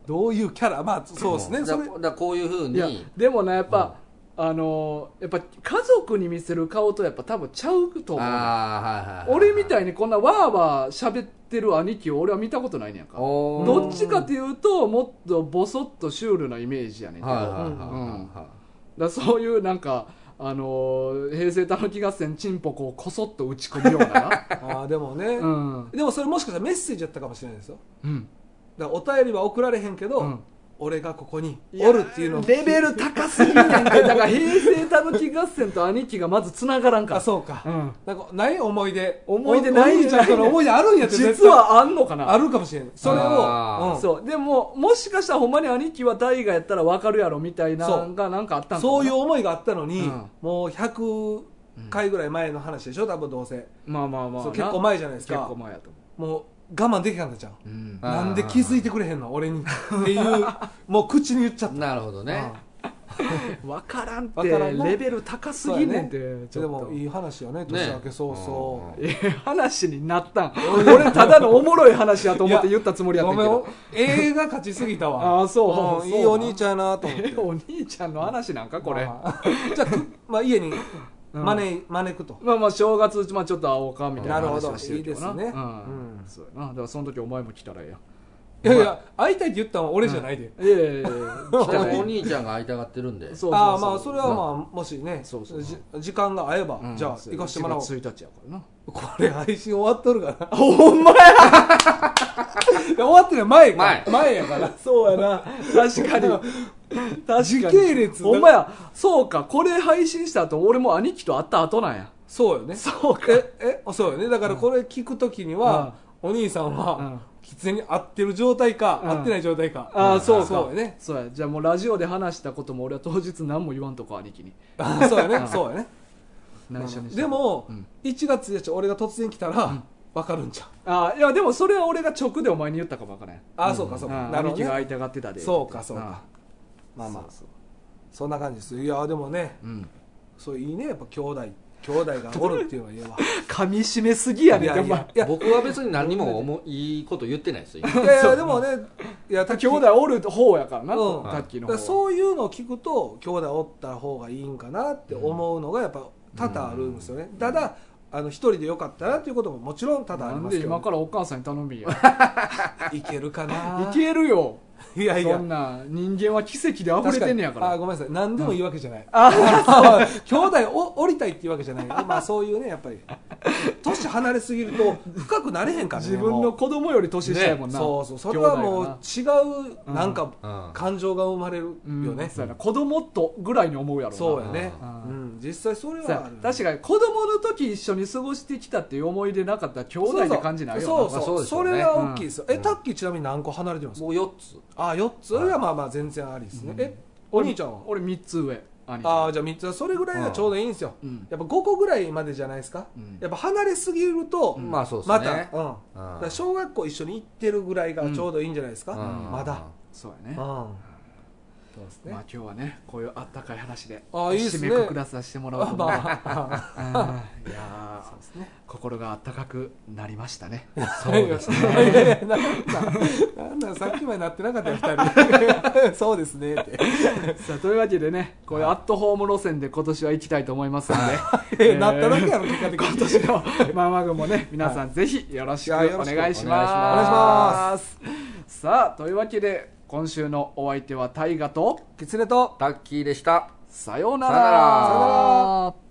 どういうキャラまあそうですねだそかれらだからこういうふういやにでもなやっぱ、あのーやっぱ家族に見せる顔とやっぱ多分ちゃうと思うねあーはいはいはい俺みたいにこんなわーわー喋ってる兄貴を俺は見たことないねやんかおーどっちかっていうともっとボソッとシュールなイメージやねんけど、はいはいはいはいはだそういうなんかあのー平成たぬき合戦チンポコをこそっと打ち込むような なあーでもねうんでもそれもしかしたらメッセージやったかもしれないですようんだからお便りは送られへんけど、うん俺がここにおるっていうのをレベル高すぎるん だから平成たぬき合戦と兄貴がまずつながらんかあらそうか、うんなんかない思い出思い出ないおお兄ちゃんとの思い出あるんやって絶対実はあんのかなあるかもしれんそれあを、ーうんそうでももしかしたらほんまに兄貴は大河やったら分かるやろみたいなのがなんかあったんかなそういう思いがあったのに、うんもう100回ぐらい前の話でしょ多分どうせ、まあまあまあそうな結構前じゃないです結か構前やと思もう我慢できたんだじゃんう、うんあーなんで気づいてくれへんの俺にっていう もう口に言っちゃっいたなるほどね分からんっわからんてなレベル高すぎんねんて、ちでょっともいい話やね年明け早々、うんええ話にな ったん俺ただのおもろい話やと思って言ったつもりやったごんけめんど映画勝ちすぎたわああそううそんういいお兄ちゃんやなと思ってえお兄ちゃんの話なん かこれ、まあ じゃあ、くまあ、家にうん招い招くと、まあまあ正月、まあ、ちょっと会おうかみたいななるほ話どはしてるけどないいですねうんうんそうやなだからその時お前も来たらええやんいやいや会いたいって言ったのは俺じゃないで、いやいやいやいや 来だたからら ええお兄ちゃんが会いたがってるんそでうそうそうああまあそれはまあもしねそうそうじ時間が合えば、うんじゃあ行かしてもらおう1月1日やからなこれ配信終わっとるから ほんまや終わってない前か前やからそうやな確かに 確かに時系列ほんまやそうかこれ配信した後俺も兄貴と会った後なんやそうよねそうかええそうよねだからこれ聞く時には、お兄さんうはん喫煙に合ってる状態か、うん合ってない状態か、ああそうかそうやねそうやじゃあもうラジオで話したことも俺は当日何も言わんとこ兄貴にああそうやねそうやね内緒にしてでも、うん1月で俺が突然来たら、分かるんちゃうああいやでもそれは俺が直でお前に言ったかもわからんああそうかそうか、うんなる兄貴ほどがね会いたがってたでそうかそうかままああままああそんな感じですいやでもねうんそういいねやっぱ兄弟兄弟がおるっていうのはええわ噛み締めすぎやいねんやおい前やいや僕は別に何も思ういいこと言ってないですよ 今いやいやでもねいや兄弟おる方やからなうんタッキーだのか方らそういうのを聞くと兄弟おった方がいいんかなって思うのがやっぱ多々あるんですよね、ただあの一人でよかったなっていうことももちろん多々あなりんますでけ今どからお母さんに頼みや いけるかないけるよいやいそやんな人間は奇跡で溢れてんねやかあらごめんなさい何でもいいわけじゃない、 あ兄弟お降りたいっていうわけじゃないまあそういうねやっぱり年離れすぎると深くなれへんからね自分のも子供より年下やもうんな、そうそうそれはもう違ううんなんかうん感情が生まれるよ兄弟がなうんね、そうやな子供とぐらいに思うやろなそうやね、ううんん、実際それそうやは確かかに子供の時一緒に過ごしてきたっていう思い出なかったら兄弟って感じないよなそうそうまあそそううそでしょうねれは大きいですよ、うんえタッキーちなみに何個離れてますか僕4つあ四4つそれはまあまあ全然ありですね、えお兄ちゃんは俺3つ上兄ちゃんああじゃあ3つはそれぐらいがちょうどいいんですよ、うんやっぱ5個ぐらいまでじゃないですか、うんやっぱ離れすぎると、まあそうですまた、ねうん、だうかんら小学校一緒に行ってるぐらいがちょうどいいんじゃないですか、うんまだ、そうやねうんまあそうですね、今日はねこういうあったかい話であーいいっすね締めくくらさせてもらおうと思いますまあいやーですね心があったかくなりましたねそうですねいや いやなんだなんださっきまでなってなかったよ2人そうですねってさあというわけでねこういうアットホーム路線で今年は行きたいと思いますので、 えなっただけやろ結果的に 今年のマンマグもね皆さんぜひよろしくおはいいやよろしく願いします願いしまさあというわけで今週のお相手は大ガとキツネとタッキーでしたさようなさようならら